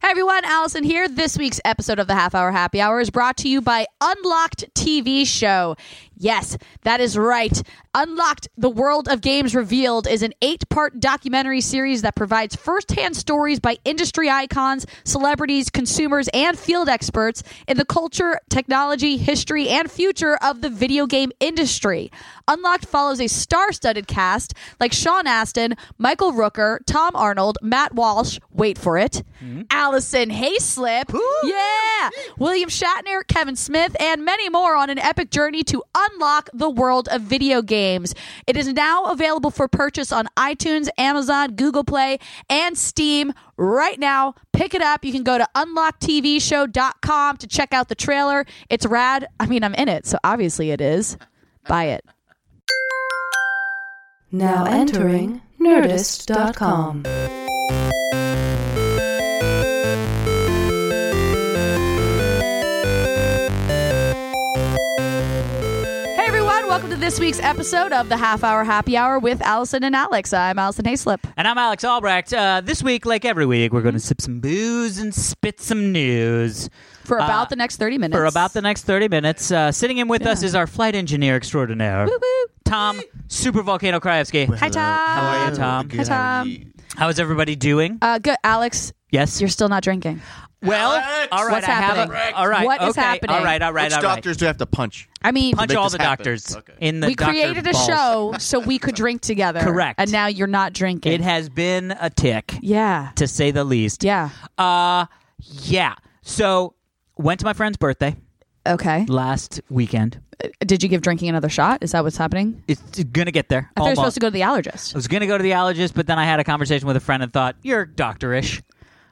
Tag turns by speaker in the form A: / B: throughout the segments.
A: Hey everyone, Allison here. This week's episode of the Half Hour Happy Hour is brought to you by Unlocked TV Show. Yes, that is right. Unlocked The World of Games Revealed is an eight part documentary series that provides firsthand stories by industry icons, celebrities, consumers, and field experts in the culture, technology, history, and future of the video game industry. Unlocked follows a star studded cast like Sean Astin, Michael Rooker, Tom Arnold, Matt Walsh, wait for it, Allison Hayslip, yeah, William Shatner, Kevin Smith, and many more on an epic journey to unlock the world of video games. It is now available for purchase on iTunes, Amazon, Google Play, and Steam right now. Pick it up. You can go to unlocktvshow.com to check out the trailer. It's rad. I mean, I'm in it, so obviously it is. Buy it.
B: Now entering Nerdist.com.
A: Hey everyone, welcome to this week's episode of the Half Hour Happy Hour with Allison and Alex. I'm Allison Hayslip.
C: And I'm Alex Albrecht. Uh, this week, like every week, we're going to sip some booze and spit some news.
A: For about
C: Uh,
A: the next 30 minutes.
C: For about the next 30 minutes, uh, sitting in with us is our flight engineer extraordinaire,
A: Woo-woo.
C: Tom Super Volcano Kraevsky.
A: Hi, Tom. How
C: are you, Tom?
D: Good,
A: Hi,
D: how are
A: Tom.
D: you?
C: How is everybody doing?
A: Uh, good. Alex,
C: yes.
A: you're still not drinking.
C: well,
D: Alex!
C: all right.
A: What's
C: I have
A: happening?
C: a, all right.
A: What
C: okay,
A: is happening?
C: All right. All right.
D: Which
C: all right.
D: doctors do I have to punch?
A: I mean,
C: Punch
D: make
C: all
D: this
C: the
D: happen?
C: doctors
D: Okay.
C: in the
A: we
C: doctor
A: created a
C: balls.
A: show so we could drink together.
C: Correct.
A: And now you're not drinking.
C: It has been a tick,
A: yeah.
C: to say the least.
A: Yeah.
C: Uh, yeah. So, went to my friend's birthday
A: Okay.
C: last weekend.
A: Did you give drinking another shot? Is that what's happening?
C: It's gonna get there.
A: I thought you were
C: Almost.
A: supposed to go to the allergist.
C: I was gonna go to the allergist, but then I had a conversation with a friend and thought, "You're doctorish."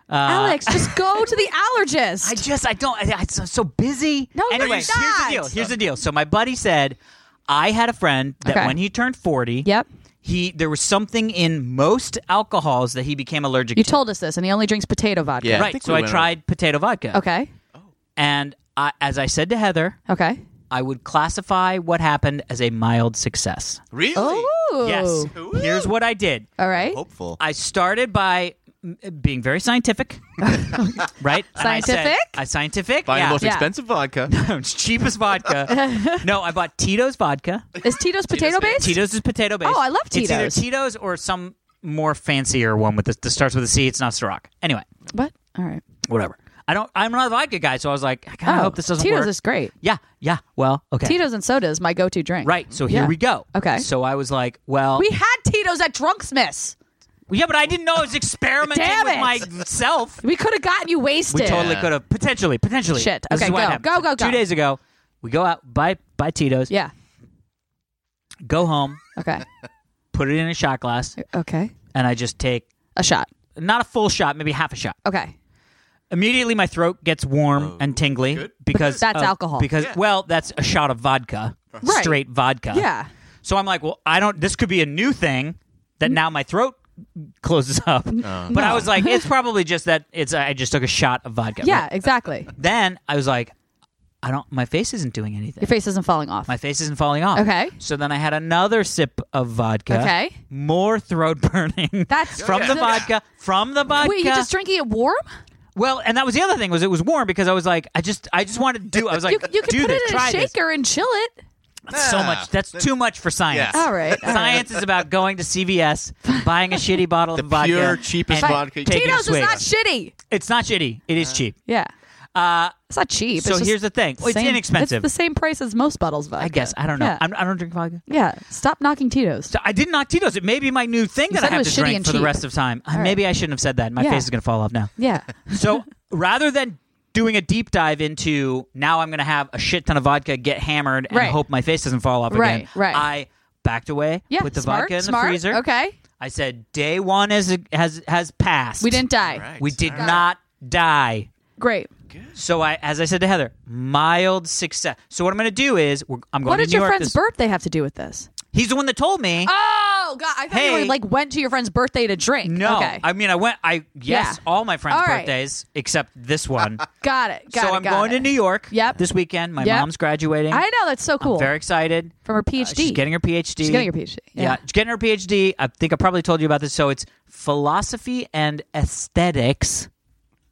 C: Uh,
A: Alex, just go to the allergist.
C: I just I don't. I, I'm so- so busy.
A: No, you're
C: anyway, here's the
A: not.
C: deal. Here's the deal. So my buddy said, I had a friend that
A: Okay.
C: when he turned 40,
A: Yep.
C: he there was something in most alcohols that he became allergic
A: You
C: to.
A: told us this, and he only drinks potato vodka.
D: Yeah. I
C: right.
D: think
C: so
D: we
C: I
D: went
C: tried potato vodka.
A: Okay.
C: And I, as I said to Heather,
A: Okay.
C: I would classify what happened as a mild success.
D: Really?
A: Ooh.
C: Yes. Here's what I did.
A: All right.
D: Hopeful.
C: Oh. I started by mm, being very scientific, right? And I said-
A: Scientific?
C: I scientific.
D: Buying
C: yeah.
D: the most
A: Yeah.
D: expensive vodka.
C: It's cheapest vodka. no, I bought Tito's vodka.
A: Is Tito's potato based?
C: Tito's is potato based.
A: Oh, I love
C: It's either
A: Tito's.
C: Tito's or some more fancier one with the, that starts with a C. It's not Ciroc. Anyway,
A: What? All right. Oh,
C: whatever. I don't. I'm not a vodka guy, so I was like, I kind of hope this doesn't
A: Tito's
C: work.
A: is great.
C: yeah, yeah. Well, okay.
A: Tito's and soda is my go to drink.
C: Right. So here
A: Yeah.
C: we go.
A: Okay.
C: So I was like, well,
A: We had Tito's at Drunksmith's.
C: yeah, but I didn't know I was experimenting
A: Damn
C: with
A: it.
C: myself.
A: We could have gotten you wasted.
C: We totally could have potentially, potentially.
A: Shit.
C: This
A: Okay,
C: is what
A: go.
C: happened.
A: Go, go, go.
C: Two days ago, we go out buy buy Tito's.
A: Yeah.
C: Go home,
A: Okay.
C: put it in a shot glass,
A: Okay.
C: and I just take
A: A shot.
C: not a full shot, maybe half a shot.
A: Okay.
C: Immediately, my throat gets warm and tingly because
A: Because that's
C: of-
A: alcohol.
C: Because well, that's a shot of vodka,
A: Right.
C: straight vodka.
A: Yeah.
C: So I'm like, well, I don't. This could be a new thing
A: Mm-hmm.
C: that now my throat closes up.
D: Uh,
C: But I was like, it's probably just that it's. I just took a shot of vodka.
A: Yeah, exactly.
C: Then I was like, I don't. My face isn't doing anything.
A: Your face isn't falling off.
C: My face isn't falling off.
A: Okay.
C: So then I had another sip of vodka.
A: Okay.
C: More throat burning.
A: That's-
C: from the
A: Yeah.
C: vodka. From the vodka.
A: Wait, you're just drinking it warm?
C: well, and that was the other thing was it was warm because I was like, I just, I just wanted to do. I was like,
A: You, you can
C: do
A: put
C: this,
A: it in a
C: try this.
A: shaker and chill it.
C: That's so much. That's too much for science.
D: Yeah.
A: All right. all right.
C: Science is about going to CVS, buying a shitty bottle of vodka.
D: pure, cheapest
C: and
D: vodka you
C: taking
D: can
C: a
A: Tito's is
C: swig.
A: not shitty.
C: it's not shitty. It is cheap.
A: Yeah. it's not cheap.
C: Uh, So
A: it's just
C: here's the thing. It's
A: same-
C: inexpensive.
A: It's the same price as most bottles of vodka.
C: I guess. I don't know.
A: Yeah.
C: I'm- I don't drink vodka.
A: Yeah. Stop knocking Tito's.
C: So I did knock Tito's. It may be my new thing that
A: said
C: I
A: it
C: have
A: was
C: to
A: shitty
C: drink
A: and
C: for the
A: cheap.
C: rest of time. I-
A: right.
C: Maybe I shouldn't have said that. My
A: Yeah.
C: face is going to fall off now.
A: Yeah.
C: So rather than doing a deep dive into now I'm going to have a shit ton of vodka, get hammered, and
A: Right.
C: hope my face doesn't fall off
A: Right,
C: again,
A: right.
C: I backed away,
A: Yeah.
C: put the
A: smart,
C: vodka in
A: smart.
C: the freezer.
A: Okay.
C: I said, day one has has has passed.
A: We didn't die.
D: Right.
C: We did
D: Got it.
C: not die.
A: Great.
C: So I, as I said to Heather, mild success. So what I'm going to do is we're, I'm going
A: What
C: to
A: did
C: New
A: your
C: York.
A: friend's
C: this-
A: birthday have to do with this?
C: He's the one that told me.
A: Oh God! I thought you
C: Hey.
A: were, like went to your friend's birthday to drink.
C: no,
A: Okay.
C: I mean I went. I yes,
A: Yeah.
C: all my friends'
A: All right.
C: birthdays except this one.
A: got it. Got
C: so
A: it.
C: I'm
A: got
C: going
A: it.
C: to New York.
A: Yep.
C: This weekend, my
A: Yep.
C: mom's graduating.
A: I know that's so cool.
C: I'm very excited.
A: From her
C: Uh,
A: PhD.
C: she's getting her PhD.
A: She's getting her PhD,
C: Yeah.
A: yeah.
C: she's getting her PhD. I think I probably told you about this. So it's philosophy and aesthetics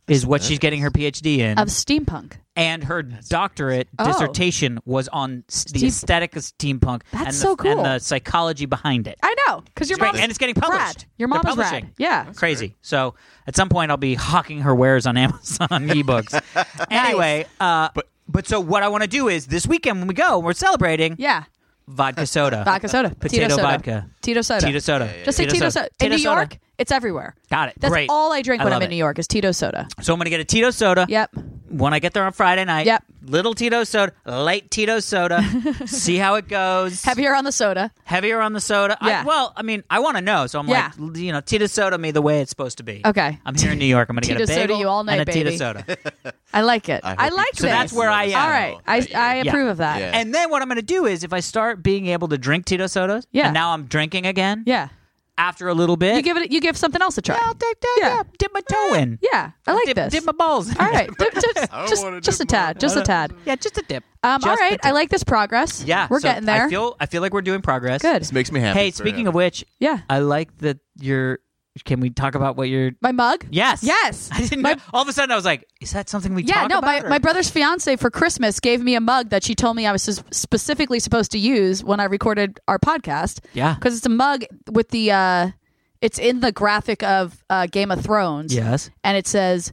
C: is what she's getting her PhD in,
A: of steampunk.
C: and her doctorate
A: Oh.
C: dissertation was on s- the
A: Steam-
C: aesthetic of steampunk and,
A: That's
C: the,
A: so cool.
C: and the psychology behind it.
A: I know because your
C: Great.
A: mom
C: and it's getting published.
A: Rad. Your
C: They're
A: mom is
C: publishing.
A: rad. Yeah.
C: Crazy. So at some point, I'll be hawking her wares on Amazon ebooks. Anyway, uh, but but so what I want to do is this weekend when we go, we're celebrating
A: Yeah.
C: vodka soda,
A: Vodka soda.
C: potato
A: Tito soda.
C: vodka,
A: Tito soda.
C: Tito soda.
A: Just say Tito soda. In
C: Tito
A: New
C: soda.
A: York, it's everywhere.
C: Got it.
A: That's
C: Great.
A: all I drink
C: I
A: when
C: love
A: I'm in
C: it.
A: New York is Tito soda.
C: So I'm gonna get a Tito soda.
A: Yep.
C: When I get there on Friday night.
A: Yep.
C: Little Tito soda, light Tito soda. see how it goes.
A: Heavier on the soda.
C: Heavier on the soda. I-
A: Yeah.
C: well, I mean, I want to know, so I'm
A: Yeah.
C: like, you know, Tito soda me the way it's supposed to be.
A: Okay.
C: I'm here in New York. I'm gonna get a
A: Tito soda
C: bagel
A: you all night,
C: and a Tito
A: baby.
C: soda.
A: I like it. I,
D: hope you
A: like
D: do.
A: this.
C: that's where I am.
A: All right. I, I
D: Yeah.
A: approve of that.
D: Yeah.
C: And then what I'm going to do is if I start being able to drink Tito sodas,
A: Yeah.
C: and now I'm drinking again
A: Yeah.
C: after a little bit,
A: You give it. You give something else a try.
C: yeah, I'll take that. Yeah.
A: Yeah.
C: dip my toe in.
A: Yeah. I like
C: dip,
A: this.
C: Dip my balls.
A: all right. Dip- just
D: I don't
A: just,
D: wanna
A: just a
D: dip my-
A: tad. Just a tad.
C: yeah, just a dip.
A: Um, all
C: Just a
A: right. I
C: dip.
A: like this progress.
C: Yeah,
A: We're
C: so
A: getting there.
C: I feel I feel like we're doing progress.
A: Good.
D: This makes me happy.
C: Hey, speaking of
D: Forever.
C: which,
A: Yeah.
C: I like that you're. Can we talk about what you're?
A: My mug?
C: Yes.
A: Yes.
C: I didn't.
A: My-
C: know. All of a sudden, I was like, "Is that something we
A: Yeah,
C: talk
A: no, my,
C: about?" or-
A: my brother's fiance for Christmas gave me a mug that she told me I was sus- specifically supposed to use when I recorded our podcast.
C: Yeah.
A: Because it's a mug with the, uh, it's in the graphic of uh, Game of Thrones.
C: Yes.
A: And it says,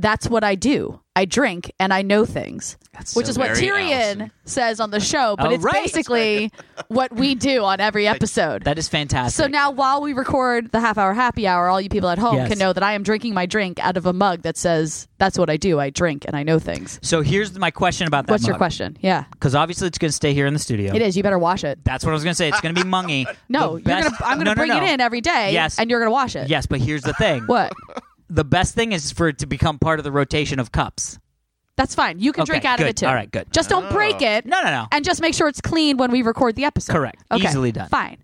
A: that's what I do. I drink and I know things, which
D: so
A: is what
D: very
A: Tyrion
D: Allison.
A: says on the show. But
C: Oh,
A: it's
C: right.
A: basically what we do on every episode.
C: That is fantastic.
A: So now, while we record the half hour happy hour, all you people at home
C: Yes.
A: can know that I am drinking my drink out of a mug that says, That's what I do. I drink and I know things.
C: so here's my question about that.
A: What's your question? Yeah.
C: Because obviously, it's going to stay here in the studio.
A: It is. You better wash it.
C: That's what I was going to say. It's going to be mungy.
A: No,
C: The
A: you're gonna,
C: best-
A: I'm going to
C: No, no,
A: bring
C: no.
A: it in every day.
C: Yes.
A: And you're going to wash it.
C: Yes, but here's the thing.
A: What?
C: The best thing is for it to become part of the rotation of cups.
A: That's fine. You can
C: Okay,
A: drink out
C: good.
A: of it too.
C: All right, good.
A: Just don't
D: Oh.
A: break it.
C: No, no, no.
A: And just make sure it's clean when we record the episode.
C: Correct.
A: Okay.
C: Easily done.
A: Fine.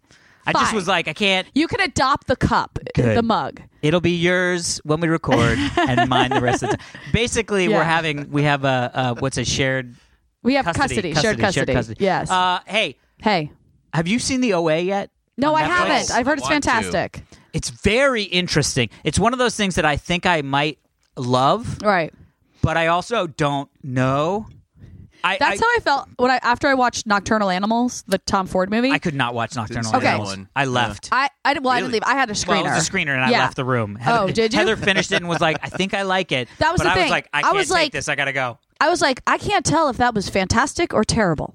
C: I just
A: Fine.
C: was like, I can't.
A: You can adopt the cup,
C: Good.
A: the mug.
C: It'll be yours when we record, and mine the rest of the time. Basically,
A: Yeah.
C: we're having we have a, a what's a shared
A: We have custody,
C: custody,
A: shared custody.
C: shared custody.
A: Yes.
C: Uh, hey,
A: hey.
C: have you seen the OA yet?
A: No,
C: on
A: I
C: Netflix?
A: haven't. I've heard it's
D: Want to.
A: fantastic.
C: It's very interesting. It's one of those things that I think I might love,
A: Right.
C: but I also don't know. I
A: That's
C: I,
A: how I felt when I after I watched Nocturnal Animals, the Tom Ford movie.
C: I could not watch Nocturnal
D: see
A: that
C: Animals.
D: one.
C: I
D: Yeah.
C: left.
A: I, I didn't, well, I didn't
D: Really?
A: leave. I had a
C: Well,
A: screener.
C: it was a screener, and I
A: Yeah.
C: left the room.
A: Oh, did you?
C: Heather finished it and was like, "I think I like it."
A: That was
C: but
A: the
C: I
A: thing.
C: was like, "I
A: I
C: can't
A: was
C: take
A: like-
C: this. I gotta go."
A: I was like, I can't tell if that was fantastic or terrible.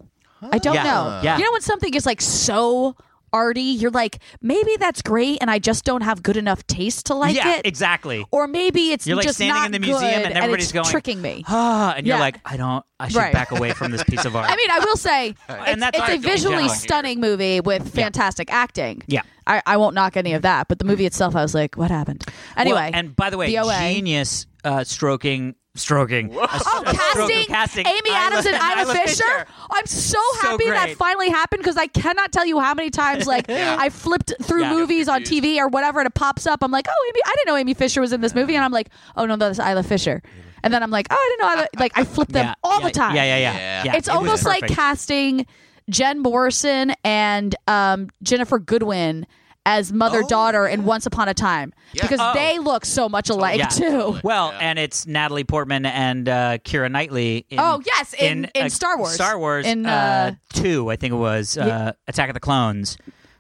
A: I don't
C: Yeah.
A: know.
C: Yeah.
A: You know when something is like so arty, you're like, maybe that's great, and I just don't have good enough taste to like
C: yeah,
A: it.
C: exactly.
A: Or maybe it's
C: You're like
A: just
C: standing
A: not
C: in the
A: good,
C: museum and everybody's
A: it's
C: going
A: tricking me.
C: Ah, and you're
A: Yeah.
C: like, "I don't. I should
A: Right.
C: back away from this piece of art."
A: I mean, I will say
C: And
A: it's,
C: that's
A: it's
C: art
A: a
C: in general
A: visually
D: here.
A: stunning movie with fantastic acting.
C: Yeah.
A: I, I won't knock any of that, but the movie itself, I was like, what happened? Anyway,
C: Well, and by the way,
A: the OA.
C: genius uh, stroking, stroking. A s-
A: Oh,
C: a stroke of
A: casting,
C: casting
A: Amy Adams and Ida, Fisher. I'm so
C: So
A: happy that
C: great.
A: finally happened because I cannot tell you how many times like I flipped through
C: Yeah.
A: movies on
D: Confused.
A: TV or whatever, and it pops up. I'm like, oh, Amy, I didn't know Amy Fisher was in this movie, and I'm like, oh no, that's Isla Fisher. And then I'm like, oh, I didn't know. Isla. Like I flip them
C: Yeah,
A: all
C: yeah,
A: the time.
C: Yeah, yeah, yeah.
D: Yeah.
C: Yeah,
A: It's
C: it was
A: almost like
C: perfect.
A: casting Jen Morrison and um, Jennifer Goodwin as mother daughter in Once Upon a Time because
C: Oh.
A: they look so much alike
C: Yeah.
A: too.
C: Well,
D: Yeah.
C: and it's Natalie Portman and uh, Kira Knightley. In,
A: Oh, yes, in- in Star Wars.
C: Star Wars
A: In,
C: uh, two, I think it was uh, Attack of the Clones,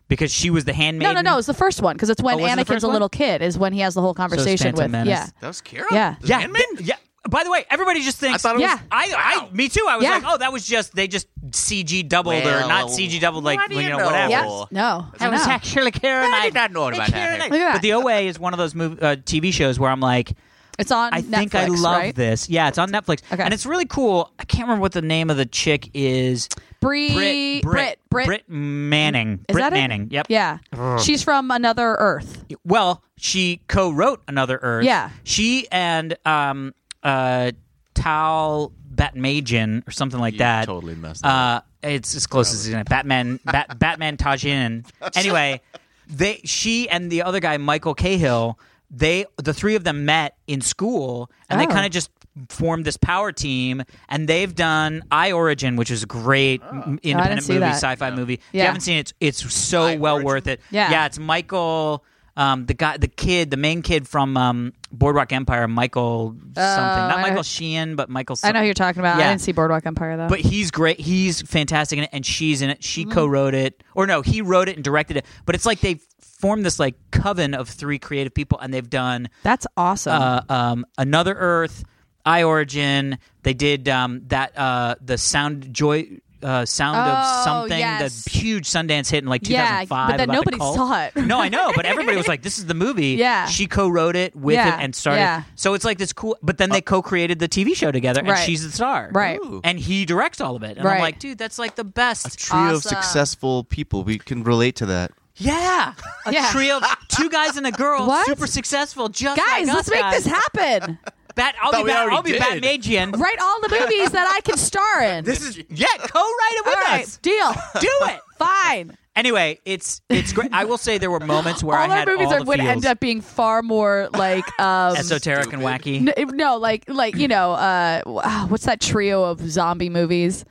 C: because she was the handmaiden.
A: No, no, no. It's the first one because it's when
C: Oh, was it the
A: Anakin's
C: first
A: a
C: one?
A: little kid is when he has the whole
C: it's
A: conversation
C: Phantom
A: with
C: Menace.
A: yeah,
D: That was Kira?
A: Yeah.
D: The
C: Yeah,
D: Handmaiden?
C: th- yeah. By the way, everybody just thinks.
D: I thought it was.
A: Yeah.
C: I, I, me too. I was
A: Yeah.
C: like, oh, that was just they just CG doubled or
D: Well,
C: not CG doubled, like
D: how do
C: you
D: you
C: know,
D: know?
C: whatever.
D: Yeah.
A: yeah. No,
C: That was
A: no.
C: actually Karen.
D: I did not know about
A: Look at
D: that.
C: But
A: that.
C: the OA is one of those mov uh, TV shows where I'm like,
A: It's on.
C: I
A: Netflix,
C: think I love
A: right?
C: this. Yeah, it's on Netflix,
A: Okay.
C: and it's really cool. I can't remember what the name of the chick is.
A: Bree
C: Brit Brit
A: Brit.
C: Manning.
A: Is
C: Brit
A: that it?
C: Manning. Yep.
A: Yeah, she's from another Earth.
C: Well, she co-wrote Another Earth.
A: Yeah.
C: She and um, uh, Tal Batmagian or something like that.
D: totally messed
C: Uh, it's as close as it's gonna. Batman, Bat, Batman Tajin. Anyway, they, she, and the other guy, Michael Cahill. They, the three of them met in school, and they
A: Oh.
C: kind of just formed this power team. And they've done I Origin, which is a great m- independent
A: see
C: movie,
A: that.
C: sci-fi movie. If you
A: Yeah.
C: haven't seen it, it's it's so well worth it.
A: Yeah.
C: yeah, it's Michael. Um, the guy, the kid, the main kid from um, Boardwalk Empire, Michael something, not
A: Oh, I-
C: Michael Sheehan, but Michael.
A: I know who
C: some-
A: you're talking about. I
C: Yeah.
A: didn't see Boardwalk Empire though.
C: but he's great. He's fantastic in it, and she's in it. She
A: Mm-hmm.
C: co-wrote it, or no, he wrote it and directed it. But it's like they've formed this like coven of three creative people, and they've done
A: That's awesome.
C: uh, um, Another Earth, I Origin. They did um, that uh, the sound joy. Uh, sound
A: Oh,
C: of something,
A: yes.
C: the huge Sundance hit in like
A: Yeah,
C: 2005.
A: but then
C: about the
A: nobody
C: cult.
A: saw it.
C: no, I know, but everybody was like, "This is the movie."
A: Yeah.
C: she co-wrote it with
A: Yeah,
C: him and started.
A: yeah. Oh.
C: So it's like this cool. But then they co-created the TV show together, and
A: Right.
C: she's the star,
A: Right.
D: Ooh.
C: And he directs all of it, and
A: Right.
C: I'm like, dude, that's like the
D: a
C: best.
D: trio of
A: Awesome.
D: successful people. We can relate to that.
C: yeah, a
A: Yeah.
C: trio, of two guys and a girl,
A: What?
C: super successful. Just
A: guys,
C: like
A: let's
C: us
A: make
C: guys.
A: this happen.
C: Bat, I'll
D: Thought
C: be
D: we
C: Bat,
D: already
C: I'll be
D: did.
C: Batmagian.
A: Write all the movies that I can star in.
C: This is yeah, co-write it
A: All
C: with
A: right,
C: us.
A: deal.
C: Do it.
A: Fine.
C: Anyway, it's it's great. I will say there were moments where
A: all
C: I
A: our
C: had
A: movies
C: all
A: are,
C: the
A: would
C: feels.
A: end up being far more like um,
C: esoteric and wacky.
A: n- no, like like you know, uh, wow, what's that trio of zombie movies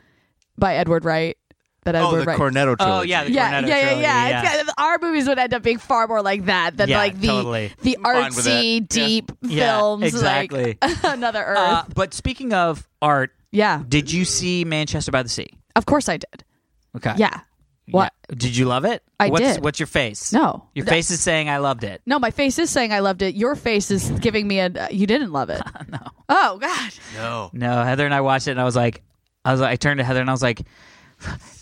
A: by Edward Wright? That
D: Oh,
A: Edward
D: the
A: Wright.
D: Cornetto trilogy.
C: Oh, yeah, the
A: yeah, yeah,
C: Cornetto
A: yeah,
C: trilogy,
A: yeah,
C: yeah.
A: It's- Our movies would end up being far more like that than
C: Yeah,
A: like the
C: totally.
A: the
D: fine with
A: artsy,
D: that. Yeah.
A: deep
C: Yeah,
A: films.
C: exactly.
A: Like Another Earth.
C: Uh, but speaking of art,
A: yeah,
C: did you see Manchester by the Sea?
A: of course I did.
C: Okay.
A: Yeah. What?
C: Yeah. Did you love it?
A: I
C: what's,
A: did.
C: What's your face?
A: No.
C: Your
A: Th-
C: face is saying I loved it.
A: No, my face is saying I loved it. Your face is giving me a uh, you didn't love it. no. Oh God.
D: No.
C: No, Heather and I watched it, and I was like, I was I turned to Heather and I was like,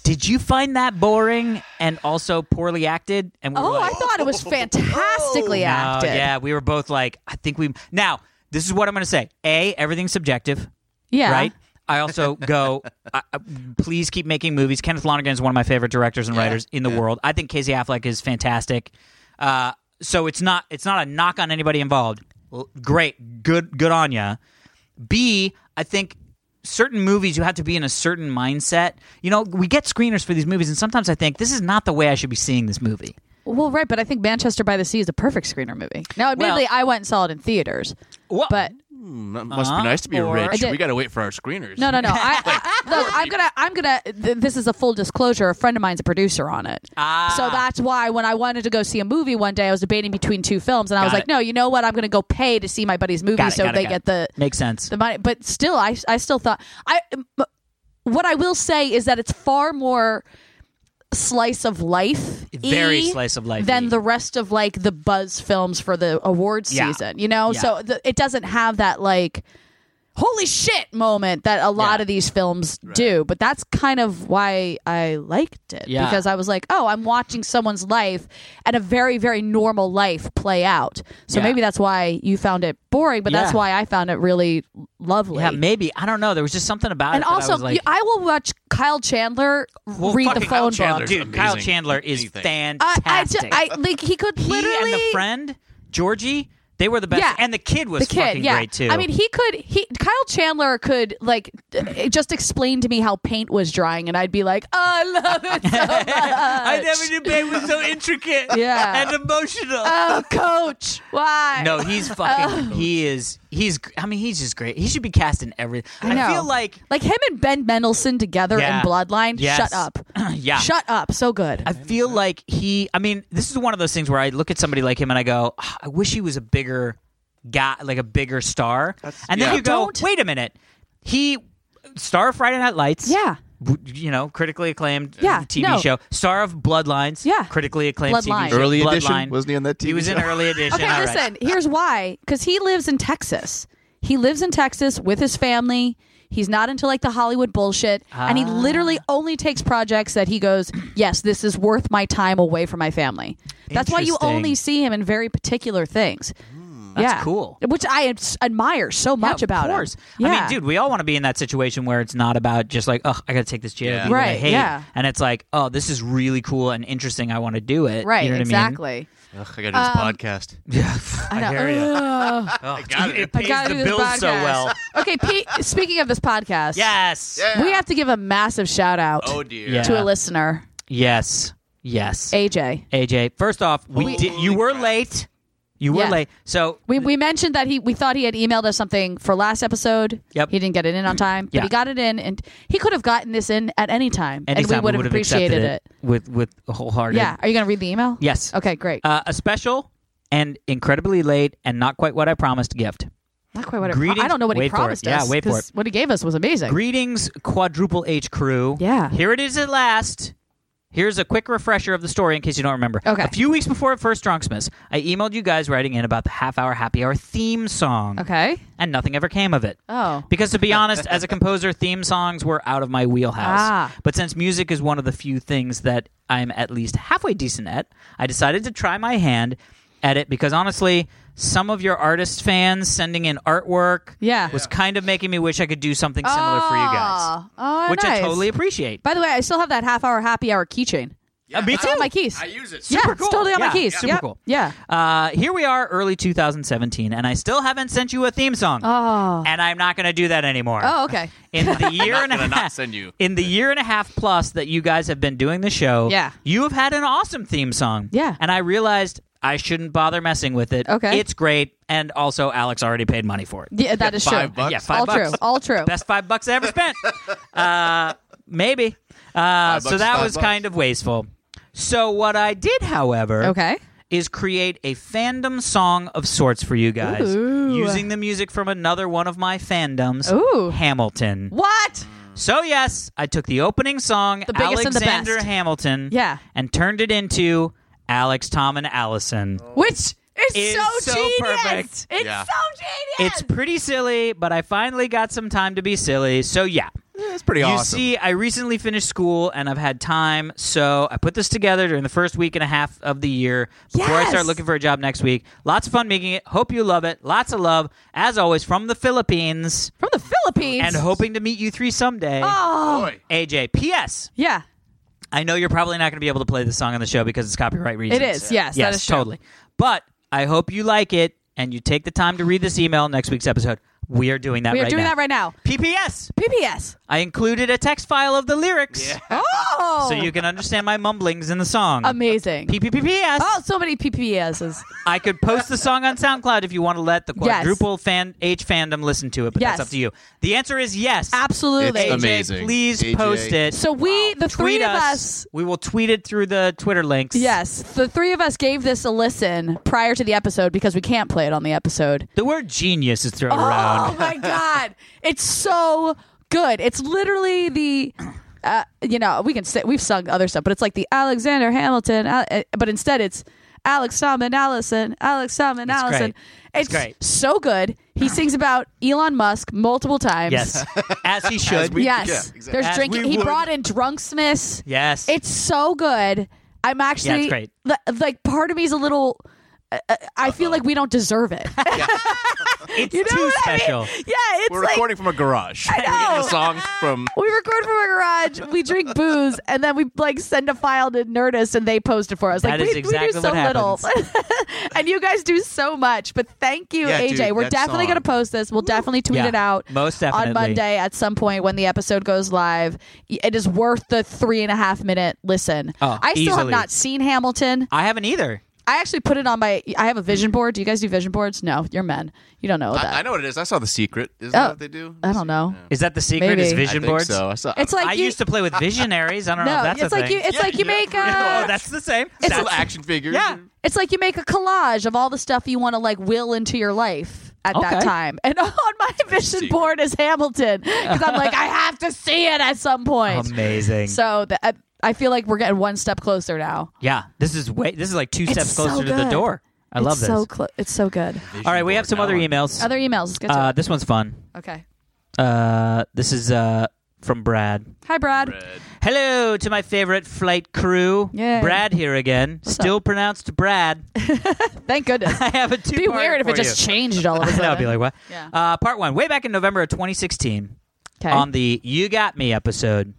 C: Did you find that boring and also poorly acted? And we were
A: Oh,
C: like,
A: I thought it was fantastically
C: No,
A: acted.
C: yeah, we were both like, I think we. Now, this is what I'm going to say. A, everything's subjective,
A: Yeah.
C: right? I also go, I, I- please keep making movies. Kenneth Lonergan is one of my favorite directors and writers in the world. I think Casey Affleck is fantastic. Uh, so it's not it's not a knock on anybody involved. L- Great, good, good on ya. B, I think certain movies you have to be in a certain mindset. You know, we get screeners for these movies, and sometimes I think this is not the way I should be seeing this movie.
A: Well, right, but I think Manchester by the Sea is a perfect screener movie. Now, admittedly, I went and saw it in theaters,
C: Well,
A: but
D: Mm, that must be nice to be
C: Uh-huh. or- I
D: rich.
A: did-
D: We got to wait for our screeners.
A: no, no, no. I, I, look, I'm gonna, I'm gonna. Th- this is a full disclosure. A friend of mine's a producer on it,
C: Ah.
A: so that's why when I wanted to go see a movie one day, I was debating between two films, and I was
C: Got
A: like,
C: it.
A: no, you know what? I'm gonna go pay to see my buddy's movie,
C: Got it,
A: so
C: got it,
A: they
C: got
A: get
C: it.
A: the
C: makes sense.
A: the money. But still, I I still thought I. m- What I will say is that it's far more slice of life,
C: Very slice of life-y.
A: than the rest of like the buzz films for the awards
C: Yeah.
A: season. You know,
C: Yeah.
A: so the, it doesn't have that like. Holy shit! Moment that a lot
C: Yeah.
A: of these films do, but that's kind of why I liked it
C: Yeah.
A: because I was like, "Oh, I'm watching someone's life and a very, very normal life play out." So
C: Yeah.
A: maybe that's why you found it boring, but that's
C: Yeah.
A: why I found it really lovely.
C: Yeah, maybe. I don't know. There was just something about
A: And
C: it. that I
A: also,
C: was like,
A: you- I will watch Kyle Chandler
C: Well,
A: read the phone
C: fucking
D: Kyle
A: book.
D: Chandler's
C: oh, dude,
D: amazing.
C: Kyle Chandler is
D: Anything.
A: I, I,
C: fantastic.
A: ju- I like he could
C: he
A: literally
C: and the friend Georgie, they were the best.
A: Yeah.
C: and the kid was
A: the kid,
C: fucking
A: yeah.
C: great too.
A: I mean, he could. He Kyle Chandler could like d- just explain to me how paint was drying, and I'd be like, oh, I love it so much.
C: I never knew Babe was so intricate
A: uh, Yeah.
C: and emotional.
A: Oh, coach, why?
C: no, he's fucking.
A: uh,
C: he is. He's. I mean, he's just great. He should be cast in everything. I,
A: know.
C: feel like.
A: like him and Ben Mendelsohn together
C: Yeah.
A: in Bloodline.
C: Yes.
A: Shut up.
C: yeah.
A: Shut up. So good.
C: I feel like he. I mean, this is one of those things where I look at somebody like him and I go, "Ah, I wish he was a bigger guy, like a bigger star. and then
D: yeah.
C: you go,
A: Don't.
C: wait a minute, he star of Friday Night Lights.
A: yeah.
C: w- you know, critically acclaimed
A: Yeah,
C: TV
A: no.
C: show. Star of Bloodlines.
A: Yeah.
C: Critically acclaimed
A: Bloodline.
C: TV show.
D: Early edition?
C: Bloodline.
D: Wasn't he on that
C: He
D: TV
C: was in
D: show?
C: early edition.
A: Okay,
C: all right.
A: listen. Here's why: because he lives in Texas. He lives in Texas with his family. He's not into like the Hollywood bullshit, and he
C: Ah.
A: literally only takes projects that he goes, "Yes, this is worth my time away from my family." That's why you
C: Interesting. Hmm.
A: only see him in very particular things.
C: That's
A: yeah.
C: cool.
A: Which I ad- admire so
C: Yeah,
A: much about
C: of course.
A: him. Yeah.
C: I mean, dude, we all want to be in that situation where it's not about just like, oh, I got to take this job
D: Yeah.
C: that I
A: Right,
C: hate.
A: yeah.
C: And it's like, oh, this is really cool and interesting. I want to do it.
A: right?
C: You know what I mean?
A: exactly.
D: Ugh, I got to do this
C: Um,
D: podcast.
C: Yeah,
A: I know. Ugh.
C: Oh,
D: got
C: dude,
D: it.
C: it pays
A: Gotta
C: the
A: do this
C: bills so
A: podcast.
C: well.
A: okay, Pete, speaking of this podcast,
C: Yes.
D: Yeah.
A: we have to give a massive shout out
D: Oh dear.
C: Yeah.
A: to a listener,
C: Yes. Yes.
A: AJ.
C: AJ, first off, we
D: Holy
C: did, you were
D: crap.
C: late. You were
A: Yeah.
C: late. So
A: We, we mentioned that he we thought he had emailed us something for last episode.
C: Yep.
A: He didn't get it in on time, but
C: Yeah.
A: he got it in, and he could have gotten this in at any time,
C: anytime
A: and we would have
C: would've
A: appreciated
C: accepted
A: it.
C: with with a wholehearted.
A: Yeah. Are you going to read the email?
C: Yes.
A: Okay, great.
C: Uh, a special and incredibly late and not quite what I promised gift.
A: Not quite what it
C: greetings-
A: I don't know what he
C: wait for it.
A: promised
C: Yeah,
A: us.
C: wait for
A: 'cause
C: it.
A: What he gave us was amazing.
C: Greetings, quadruple H crew.
A: Yeah.
C: Here it is at last. Here's a quick refresher of the story in case you don't remember.
A: Okay.
C: A few weeks before First Drunksmith, I emailed you guys writing in about the half hour happy hour theme song.
A: okay.
C: And nothing ever came of it.
A: Oh.
C: Because to be honest, as a composer, theme songs were out of my wheelhouse.
A: Ah.
C: But since music is one of the few things that I'm at least halfway decent at, I decided to try my hand at it because honestly, some of your artist fans sending in artwork
A: Yeah.
C: was kind of making me wish I could do something similar for you guys.
A: Oh, oh,
C: Which I
A: nice.
C: totally appreciate.
A: By the way, I still have that half hour happy hour keychain.
C: Uh, me
A: It's on my keys.
D: I use it.
A: yeah,
C: Super
A: it's
C: cool.
A: totally on
C: Yeah,
A: my keys.
C: yeah. Super
A: Yep.
C: cool.
A: Yeah.
C: Uh, here we are, early 2017, and I still haven't sent you a theme song.
A: Oh.
C: And I'm not going to do that anymore.
A: Oh, okay.
C: In the year
D: not
C: and a
D: gonna
C: half,
D: not send you.
C: in the year and a half plus that you guys have been doing the show,
A: Yeah.
C: you have had an awesome theme song.
A: Yeah.
C: and I realized I shouldn't bother messing with it.
A: Okay.
C: it's great, and also Alex already paid money for it.
A: Yeah, that is
D: five
A: true.
D: bucks?
C: Yeah, five
A: All
C: bucks.
A: true. All true.
C: Best five bucks I ever spent. uh, maybe. Uh,
D: Five bucks
C: so
D: is
C: that
D: five
C: was
D: bucks.
C: kind of wasteful. So what I did, however,
A: Okay.
C: is create a fandom song of sorts for you guys
A: Ooh.
C: using the music from another one of my fandoms,
A: Ooh.
C: Hamilton.
A: What?
C: So yes, I took the opening song,
A: The biggest and the best.
C: Alexander Hamilton,
A: Yeah.
C: and turned it into Alex, Tom, and Allison.
A: Which is
C: It's
A: so,
C: so
A: genius.
C: perfect.
A: It's
D: Yeah.
A: so genius.
C: It's pretty silly, but I finally got some time to be silly. So yeah.
D: That's pretty
C: You
D: awesome.
C: see, I recently finished school and I've had time, so I put this together during the first week and a half of the year before I
A: Yes!
C: start looking for a job next week. Lots of fun making it. Hope you love it. Lots of love, as always, from the Philippines,
A: from the Philippines.
C: and hoping to meet you three someday.
A: Oh.
D: Boy.
C: AJ, P.S.
A: Yeah.
C: I know you're probably not going to be able to play this song on the show because it's copyright reasons.
A: It is. Yes. that
C: Yes,
A: is true.
C: totally. But I hope you like it and you take the time to read this email next week's episode. We are doing that
A: We are
C: right
A: doing
C: now.
A: that right now.
C: PPS.
A: PPS.
C: I included a text file of the lyrics
A: Oh.
C: so you can understand my mumblings in the song.
A: Um, Amazing.
C: PPPPS.
A: Oh, so many PPSs.
C: I could post the song on SoundCloud if you want to let the
A: Yes.
C: quadruple fan H fandom listen to it, but
A: Yes.
C: that's up to you. The answer is yes.
A: Absolutely.
D: It's
C: AJ,
D: amazing.
C: please
D: AJ.
C: post it.
A: So we, the three
C: tweet
A: of
C: us. We will tweet it through the Twitter links.
A: Yes, the three of us gave this a listen prior to the episode because we can't play it on the episode.
C: The word genius is thrown
A: Oh
C: around.
A: my god, it's so good. It's literally the uh, you know, we can say we've sung other stuff, but it's like the Alexander Hamilton Al- uh, but instead it's Alex Tom and Allison, Alex Tom and
C: It's
A: Allison.
C: great. It's great.
A: so good. He sings about Elon Musk multiple times.
C: Yes. As he should.
D: we-
A: Yes.
D: Yeah, exactly.
A: There's
C: As
A: drinking.
C: we
A: He
C: would.
A: brought in drunksmiths.
C: yes.
A: It's so good. I'm actually
C: it's great.
A: li- like part of me is a little. Uh, uh, I feel like we don't deserve it. you
C: it's
A: know
C: too
A: what
C: special.
A: I mean? Yeah, it's
D: We're
A: like
D: recording from a garage. I
A: know.
D: the songs from.
A: we record from our garage, we drink booze, and then we like send a file to Nerdist, and they post it for us. like
C: That is
A: we, we
C: exactly
A: do so
C: what
A: little,
C: happens.
A: and you guys do so much. But thank you,
D: Yeah,
A: AJ.
D: dude,
A: We're
D: that
A: definitely
D: song.
A: gonna post this. We'll definitely tweet
C: Yeah,
A: it out
C: most
A: on
C: definitely.
A: Monday at some point when the episode goes live. It is worth the three and a half minute listen.
C: Oh,
A: I still have
C: easily.
A: not seen Hamilton.
C: I haven't either.
A: I actually put it on my. I have a vision board. Do you guys do vision boards? No, you're men. You don't know that.
D: I, I know what it is. I saw The Secret. Isn't
A: Oh,
D: that what they do?
A: I don't know.
C: Is that the secret?
A: Maybe.
C: Is
D: I
C: vision
D: think
C: boards?
D: so. I saw.
A: It's like
C: I
A: you,
C: used to play with visionaries. I don't know
A: No,
C: if that's
A: it's
C: a
A: like
C: thing.
A: you. It's
D: Yeah,
A: like you
D: yeah,
A: make uh,
D: for
A: a.
D: real.
C: oh, that's the same.
D: it's
C: That's-
D: little action figures.
C: Yeah.
A: It's like you make a collage of all the stuff you want to like will into your life at that
C: Okay.
A: time. And on my vision
D: secret.
A: board is Hamilton because I'm like I have to see it at some point.
C: amazing.
A: So th- I, I feel like we're getting one step closer now.
C: yeah, this is way. This is like two steps
A: so
C: closer to the
A: good.
C: door. I love
A: it's
C: this.
A: So clo- it's so good.
C: All right, we have some other emails.
A: Other emails. Let's get to
C: uh, this one's fun.
A: it. Okay.
C: Uh, this is uh, from Brad.
A: Hi, Brad.
C: Hello to my favorite flight crew.
A: Yay.
C: Brad here again. Still pronounced Brad.
A: Thank goodness.
C: I have a two.
A: It'd be weird if it just changed all of a
C: I
A: sudden.
C: know. I'd be like, what?
A: Yeah.
C: Uh, part one. Way back in November of 2016,
A: okay.
C: on the "You Got Me" episode,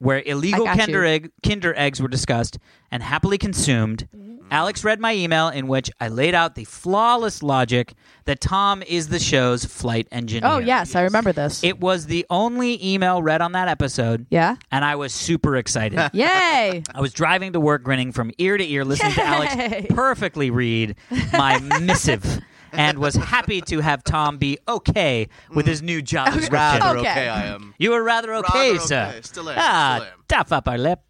C: where illegal
A: got
C: Kinder
A: you. Mm.
C: egg, Kinder eggs were discussed and happily consumed Alex read my email in which I laid out the flawless logic that Tom is the show's flight engineer.
A: Oh yes, I remember this.
C: It was the only email read on that episode.
A: yeah.
C: And I was super excited.
A: Yay.
C: I was driving to work grinning from ear to ear, listening to
A: Yay.
C: Alex perfectly read my missive. And was happy to have Tom be okay with his new job description.
D: Rather
A: Okay. Oh.
D: okay. I am.
C: You were rather okay,
D: Rather
C: sir.
D: okay. Still am,
C: Ah,
D: still am.
C: duff up our lip.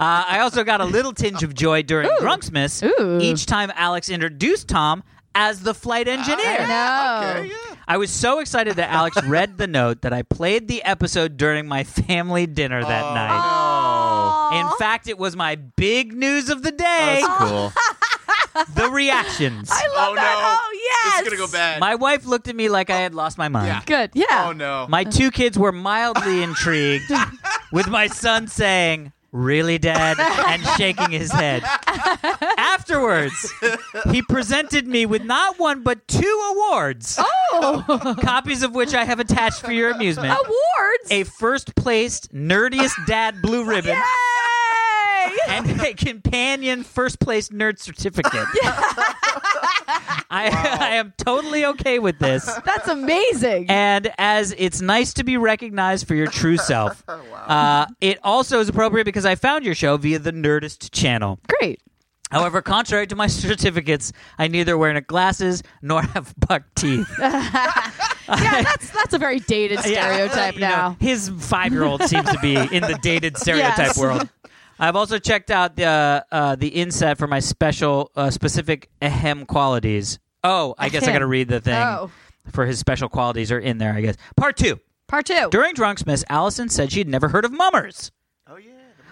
C: Uh, I also got a little tinge of joy during Drunksmith
A: Ooh.
C: each time Alex introduced Tom as the flight engineer.
A: No.
D: Okay, yeah.
C: I was so excited that Alex read the note that I played the episode during my family dinner that night. In fact, it was my big news of the
A: Oh,
C: day
D: That's cool.
C: the reactions.
A: I love
D: oh,
A: that.
D: no.
A: Oh yes.
D: This is going to go bad.
C: my wife looked at me like I had lost my mind.
D: Yeah.
A: Good. Yeah.
D: oh, no.
C: My two kids were mildly intrigued with my son saying, Really, Dad? and shaking his head. Afterwards, he presented me with not one but two awards. Oh! Copies of which I have attached for your amusement.
A: Awards.
C: A first placed nerdiest dad blue ribbon
A: Yay.
C: and a companion first place nerd certificate. I, I am totally okay with this.
A: That's amazing.
C: And as it's nice to be recognized for your true self, uh, it also is appropriate because I found your show via the Nerdist channel.
A: Great.
C: However, contrary to my certificates, I neither wear glasses nor have buck teeth.
A: Yeah, that's that's a very dated stereotype
C: You know,
A: now.
C: his five year old seems to be in the dated stereotype
A: Yes.
C: world. I've also checked out the uh, uh, the inset for my special uh, specific ahem qualities. Oh, I guess I
A: Ahem.
C: got to read the thing
A: Oh.
C: for his special qualities are in there. I guess part two.
A: Part two.
C: During Drunksmith, Allison said she'd never heard of mummers.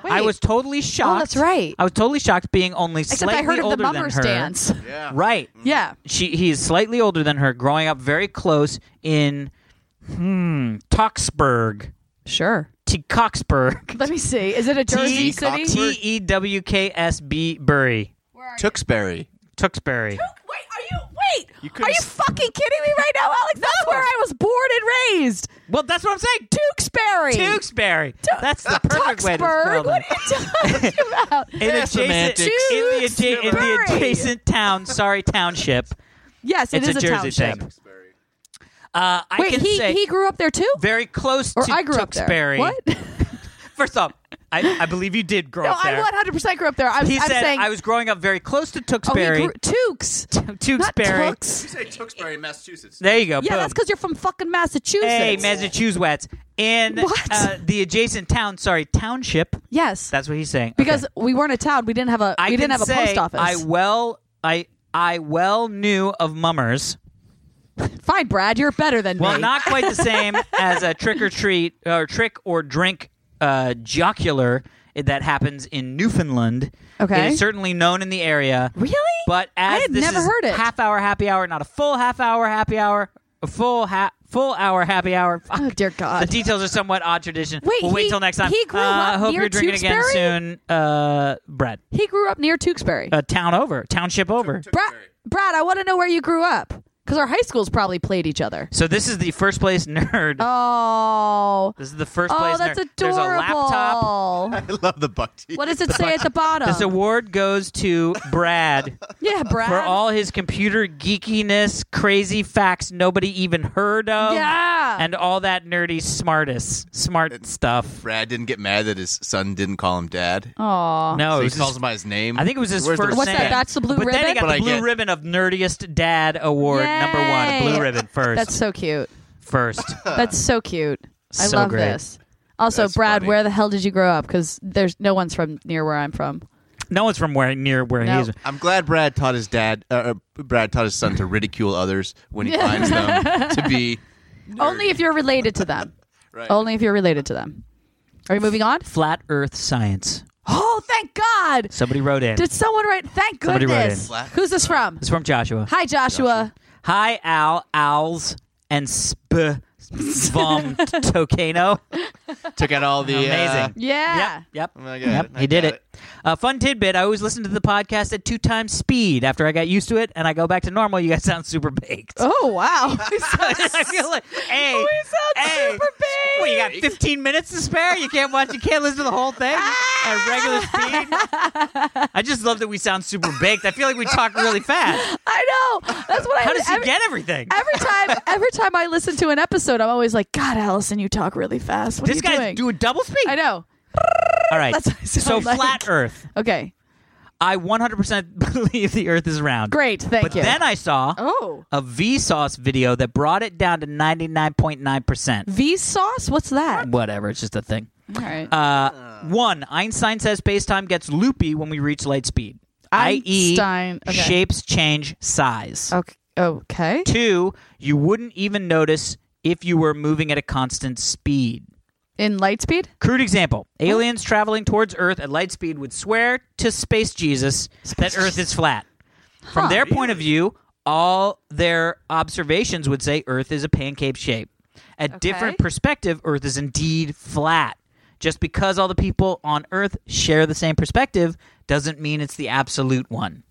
A: Wait. Oh,
C: I was totally shocked.
A: that's right.
C: I was totally shocked being only
A: except
C: slightly
A: I heard of the
C: older
A: mummers
C: than her.
A: dance.
D: yeah.
C: Right.
A: Yeah.
C: She he is slightly older than her, growing up very close in hmm Toxburg.
A: Sure.
C: Coxburg.
A: Let me see. Is it a Jersey
C: T-
A: city?
C: T E W K S B Bury.
D: Tewksbury.
C: Tewksbury.
A: Wait, are you wait?
D: You
A: are
D: could've
A: you
D: s-
A: fucking kidding me right now, Alex? That's where I was born and raised.
C: Well, that's what I'm saying.
A: Tewksbury.
C: Tewksbury. That's the perfect way to spell
A: Tucksburg. What
C: them.
A: are you talking about?
C: In, adjacent, in,
D: semantics.
C: the adja- in the
A: Tewksbury.
C: adjacent town, sorry, township.
A: yes, it
C: it's
A: is
C: a Jersey
A: township.
C: thing. Uh, I
A: Wait,
C: can
A: he
C: say
A: he grew up there too,
C: very close
A: or
C: to
A: I grew up there.
C: Tewksbury.
A: What? no,
C: First off, I, I believe you did grow up
A: I
C: there.
A: 100 percent grew up there. I'm,
C: he
A: I'm
C: said
A: saying
C: I was growing up very close to
A: oh, he
C: Tewksbury.
A: grew, Tukes. Not
C: Tewksbury.
A: Tooks.
D: You say Tewksbury, Massachusetts.
C: There you go.
A: Yeah,
C: boom.
A: that's because you're from fucking Massachusetts.
C: Hey, Massachusetts. In
A: What?
C: Uh, the adjacent town, sorry, township.
A: Yes,
C: That's what he's saying.
A: because
C: Okay.
A: we weren't a town. We didn't have a.
C: I
A: we didn't
C: can
A: have a
C: say
A: post office.
C: I well, I I well knew of mummers.
A: Fine, Brad, you're better than
C: Well,
A: me.
C: not quite the same as a trick or treat or trick or drink uh, jocular that happens in Newfoundland.
A: Okay.
C: it is certainly known in the area.
A: really.
C: But as
A: I had
C: this
A: never
C: is
A: heard it.
C: half hour happy hour, not a full half hour happy hour, a full ha- full hour happy hour. Fuck.
A: Oh, dear God.
C: The details are somewhat odd tradition.
A: Wait,
C: we'll wait
A: he-
C: till next time.
A: he grew
C: uh,
A: up
C: hope
A: near
C: you're drinking again soon, uh, Brad.
A: he grew up near Tewksbury.
C: A town over, township over.
A: Brad, Brad, I want to know where you grew up because our high schools probably played each other.
C: So this is the first place nerd.
A: Oh,
C: This is the first
A: oh,
C: place
A: that's
C: nerd.
A: adorable.
C: There's a laptop.
D: I love the buck teeth.
A: What does it say at the bottom?
C: This award goes to Brad
A: yeah, Brad.
C: for all his computer geekiness, crazy facts nobody even heard of,
A: Yeah.
C: and all that nerdy smartest smart stuff.
D: Brad didn't get mad that his son didn't call him dad.
A: Aw.
C: No,
D: so
C: Oh, it
D: he
C: was
D: calls
C: his,
D: him by his name.
C: I think it was his
D: Where's the
C: first.
A: What's that?
C: name.
A: That's the blue
C: but Then
A: ribbon?
C: he got
D: But
C: the
D: I
C: blue
D: get-
C: ribbon of nerdiest dad award number one.
A: Yay.
C: Blue ribbon first.
A: That's so cute.
C: first.
A: That's so cute. I
C: So
A: love
C: great.
A: this. Also,
D: That's
A: Brad,
D: funny.
A: where the hell did you grow up? Because there's no one's from near where I'm from.
C: No one's from where near where
A: No.
C: he is.
D: I'm glad Brad taught his dad, uh, uh, Brad taught his son to ridicule others when he finds them to be.
A: Only if you're related to them.
D: Right.
A: Only if you're related to them. Are we moving on?
C: Flat Earth science.
A: Oh, thank God!
C: Somebody wrote in.
A: Did someone write? Thank
C: Somebody wrote
A: goodness.
D: in.
A: Who's this from?
C: it's from Joshua.
A: Hi, Joshua.
C: Hi, Al, Owls, and Sp Vom Tocano.
D: Took out all the uh,
C: Amazing.
A: Yeah.
C: Yep. Yep.
D: I got
C: Yep,
D: it. I
C: he did
D: got
C: it. Uh, fun tidbit: I always listen to the podcast at two times speed. After I got used to it, and I go back to normal, you guys sound super baked.
A: Oh wow.
C: I feel like, hey,
A: We sound
C: hey,
A: super baked.
C: What, you got 15 minutes to spare? You can't watch. You can't listen to the whole thing.
A: Ah!
C: at regular speed. I just love that we sound super baked. I feel like we talk really fast.
A: I know. That's what I.
C: How does he
A: every,
C: get everything?
A: every time? Every time I listen to an episode, I'm always like, God, Allison, you talk really fast. What are
C: This
A: you
C: guy's
A: doing?
C: doing double speed.
A: I know.
C: All right.
A: That's what I sound
C: so
A: like.
C: flat Earth.
A: Okay,
C: I 100% believe the Earth is round.
A: great. Thank
C: But
A: you.
C: then I saw
A: oh,
C: a Vsauce video that brought it down to 99.9%.
A: Vsauce. What's that?
C: Whatever, it's just a thing.
A: All right.
C: Uh, one, Einstein says spacetime gets loopy when we reach light speed, i.e.,
A: Einstein. Okay.
C: shapes change size.
A: okay. Okay.
C: Two, you wouldn't even notice if you were moving at a constant speed.
A: In light speed.
C: Crude example aliens traveling towards Earth at light speed would swear to space Jesus that Earth is flat. From their point of view, all their observations would say Earth is a pancake shape. A different perspective, Earth is indeed flat. Just because all the people on Earth share the same perspective doesn't mean it's the absolute one.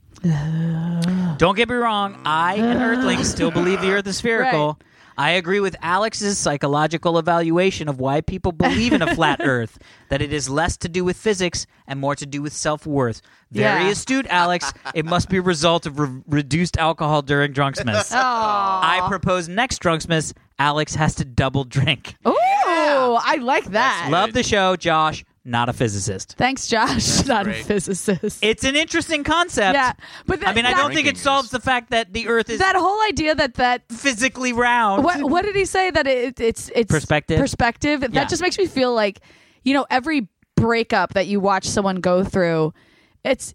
C: Don't get me wrong, I, an Earthling, still believe the Earth is spherical. I agree with Alex's psychological evaluation of why people believe in a flat Earth, that it is less to do with physics and more to do with self worth. Very
A: Yeah.
C: astute, Alex. It must be a result of re- reduced alcohol during drunksmiths. I propose next drunksmiths, Alex has to double drink.
A: Ooh, I like that.
C: Love the show, Josh. Not a physicist.
A: Thanks, Josh. Not a
D: great.
A: physicist.
C: It's an interesting concept.
A: yeah, but that,
C: I mean, I
A: that,
C: don't think
D: Drinking
C: it
D: is-
C: solves the fact that the Earth is
A: that whole idea that that
C: physically round.
A: what what did he say that it, it's it's
C: Perspective?
A: perspective that
C: Yeah.
A: just makes me feel like you know every breakup that you watch someone go through it's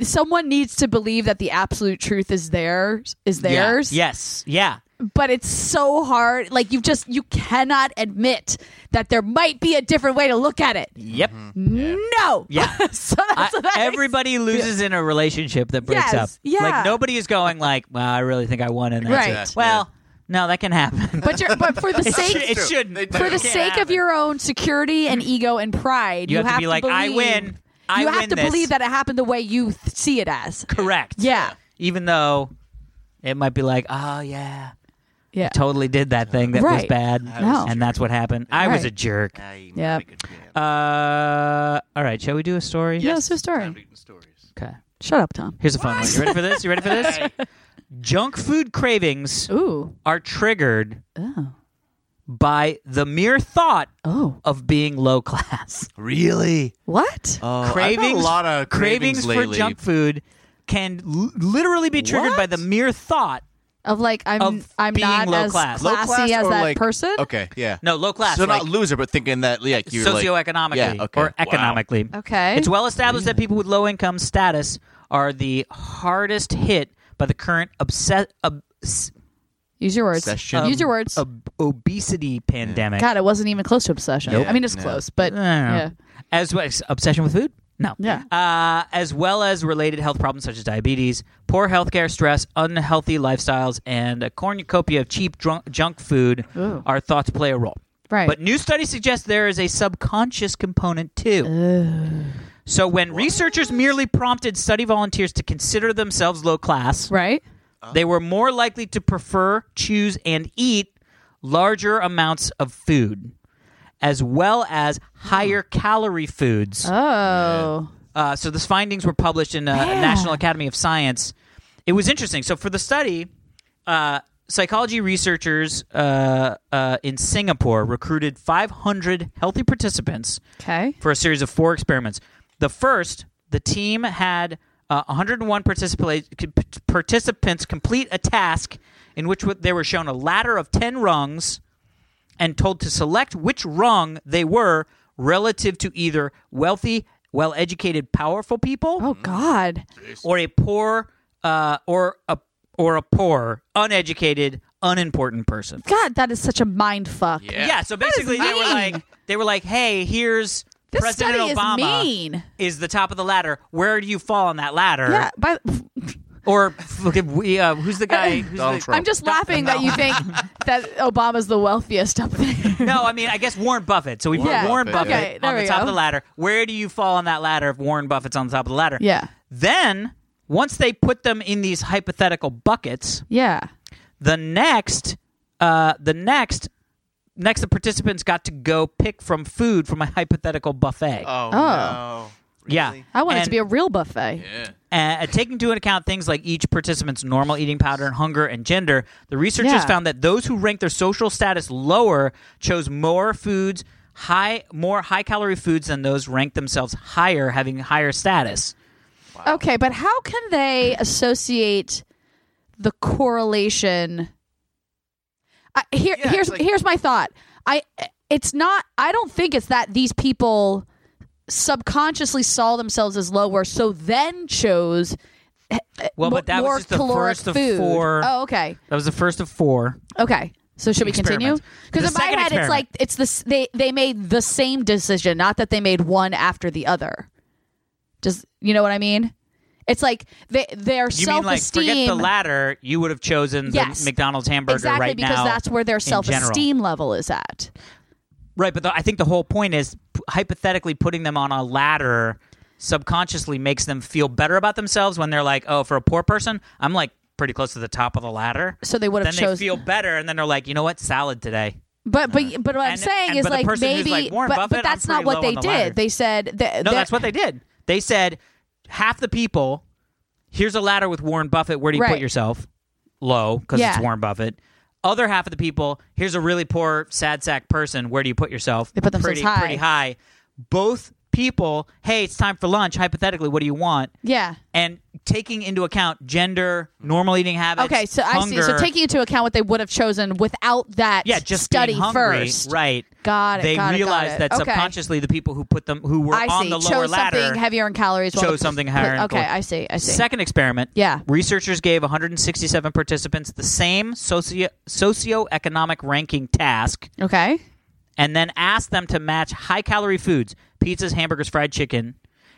A: someone needs to believe that the absolute truth is theirs is
C: Yeah.
A: theirs
C: Yes. Yeah.
A: but it's so hard like you just you cannot admit that there might be a different way to look at it
C: Yep.
A: no
C: Yeah.
A: Mm-hmm. so that's
C: I-
A: so that makes-
C: everybody loses in a relationship that breaks
A: Yes,
C: up.
A: yeah.
C: Like nobody is going like, "Well, I really think I won in that."
A: Right.
D: Yeah,
C: Well, no, that can happen.
A: but you're but for the
C: it,
A: sake
C: should, it
D: True.
C: shouldn't.
D: They do.
A: for the
C: Can't
A: sake of
C: happen.
A: your own security and ego and pride,
C: You
A: you,
C: have to be like, "I
A: believe-
C: win. I
A: you have
C: win
A: to
C: this."
A: believe that it happened the way you th- see it as.
C: correct.
A: Yeah,
C: Even though it might be like, "Oh yeah,
A: yeah,
C: totally did that thing that was
A: Right.
C: bad,"
A: No.
C: and that's what happened. I was
A: Right.
C: a jerk.
A: yeah.
C: Uh, all right. Shall we do a story?
A: Yeah, it's a story.
D: Reading stories.
C: Okay.
A: Shut up, Tom.
C: Here's a fun one. You ready for this? You ready for this? Junk food cravings
A: Ooh,
C: are triggered
A: oh,
C: by the mere thought
A: oh,
C: of being low class.
D: Really?
A: what?
D: Oh, I've
C: cravings,
D: had a lot of
C: cravings,
D: cravings,
C: for
D: lately.
C: junk food can l- literally be triggered by
A: What?
C: the mere thought.
A: Of like, I'm
C: Of
A: I'm
C: being
A: not
C: low
A: as
C: class.
D: Low
A: classy
D: class
A: as
D: or,
A: that
D: like-
A: person.
D: Okay, yeah.
C: No, low class.
D: So
C: like
D: not loser, but thinking that like you're like
C: socioeconomically
D: yeah, okay.
C: or economically.
A: Okay.
C: It's well established that people with low income status are the hardest hit by the current obsess- ob- s-
A: Use your words.
D: Obsession.
A: Use your words.
C: ob- obesity pandemic.
A: God, it wasn't even close to obsession.
C: Nope.
A: I mean, it's
D: No.
A: close, but
C: I don't know.
A: yeah.
C: As well as obsession with food? No.
A: Yeah.
C: Uh, as well as related health problems such as diabetes, poor healthcare, stress, unhealthy lifestyles, and a cornucopia of cheap drunk, junk food
A: Ooh.
C: are thought to play a role.
A: right.
C: But new studies suggest there is a subconscious component too. So when researchers merely prompted study volunteers to consider themselves low class,
A: right.
C: they were more likely to prefer, choose, and eat larger amounts of food, as well as higher calorie foods.
A: Oh,
C: Uh, so these findings were published in uh, National Academy of Science. It was interesting. So for the study, uh, psychology researchers uh, uh, in Singapore recruited 500 healthy participants
A: okay.
C: for a series of four experiments. The first, the team had uh, 101 participa- participants complete a task in which they were shown a ladder of 10 rungs and told to select which rung they were relative to either wealthy, well educated, powerful people
A: Oh God.
C: or a poor uh, or a or a poor, uneducated, unimportant person.
A: God, that is such a mind fuck.
C: Yeah, so basically they were
A: mean.
C: like they were like, "Hey, here's
A: This
C: President
A: study
C: Obama."
A: is mean.
C: is the top of the ladder. Where do you fall on that ladder?
A: Yeah, by,
C: Or fucking we, uh, who's the guy? Who's
D: Donald
C: the,
D: Trump.
A: I'm just laughing that you think that Obama's the wealthiest up there.
C: No, I mean I guess Warren Buffett. So we put
A: Yeah.
C: Warren Buffett
D: Buffett,
A: Okay, there
C: on the
A: we
C: top of
A: go.
C: the ladder. Where do you fall on that ladder if Warren Buffett's on the top of the ladder?
A: Yeah.
C: Then once they put them in these hypothetical buckets,
A: Yeah.
C: the next, uh, the next next, the participants got to go pick from food from a hypothetical buffet.
D: Oh, no.
C: yeah,
D: Really?
A: I want it
C: And-
A: to be a real buffet.
D: Yeah.
C: uh, taking into account things like each participant's normal eating pattern, hunger, and gender, the researchers
A: Yeah.
C: found that those who ranked their social status lower chose more foods, high more high calorie foods than those ranked themselves higher, having higher status.
A: Okay, but how can they associate the correlation? I, here,
D: Yeah,
A: here's
D: it's like-
A: here's my thought. I it's not. I don't think it's that these people subconsciously saw themselves as lower, so then chose. eh, eh,
C: Well,
A: mo-
C: but that was
A: more
C: just the
A: caloric
C: first of
A: food.
C: four-
A: Oh, okay,
C: That was the first of four.
A: okay. So should we continue?
C: Experiments. The
A: Because in my
C: second
A: head, it's
C: experiment.
A: like it's this. They they made the same decision, not that they made one after the other. Does you know what I mean? It's like they their
C: You
A: self
C: mean like forget
A: esteem.
C: the latter? You would have chosen the
A: Yes.
C: McDonald's hamburger
A: exactly
C: right
A: because
C: now.
A: that's where their
C: general.
A: self esteem level is at.
C: Right, but the, I think the whole point is p- hypothetically putting them on a ladder subconsciously makes them feel better about themselves when they're like, oh, for a poor person, I'm like pretty close to the top of the ladder.
A: So they would
C: Then
A: have
C: they
A: chosen.
C: feel better, and then they're like, you know what, salad today.
A: but but but what I'm
C: And-
A: saying
C: and-
A: is
C: but the
A: like
C: person who's
A: maybe
C: like, "Warren
A: but,
C: Buffett,
A: but that's
C: I'm
A: not
C: pretty
A: what
C: low
A: they
C: on the
A: did.
C: ladder."
A: They said that
C: No, that's what they did. They said half the people, here's a ladder with Warren Buffett. Where do you
A: Right.
C: put yourself? Low, because
A: Yeah.
C: it's Warren Buffett. Other half of the people, here's a really poor, sad sack person. Where do you put yourself?
A: They put themselves
C: pretty,
A: high.
C: Pretty high. Both people, hey, it's time for lunch. Hypothetically, what do you want?
A: yeah.
C: And taking into account gender, normal eating habits.
A: Okay, so I see. So
C: hunger-
A: taking into account what they would have chosen without that
C: yeah, just being
A: study
C: hungry,
A: first.
C: right?
A: Got it,
C: They
A: got it, got
C: realized
A: it.
C: that
A: Okay.
C: subconsciously the people who put them who were
A: I
C: on
A: see.
C: the
A: chose
C: lower ladder
A: something heavier in calories. while
C: chose
A: the-
C: something higher in
A: Okay,
C: caloric.
A: I see. I see.
C: Second experiment.
A: Yeah.
C: Researchers gave 167 participants the same socio- socioeconomic ranking task
A: okay.
C: and then asked them to match high calorie foods, pizzas, hamburgers, fried chicken,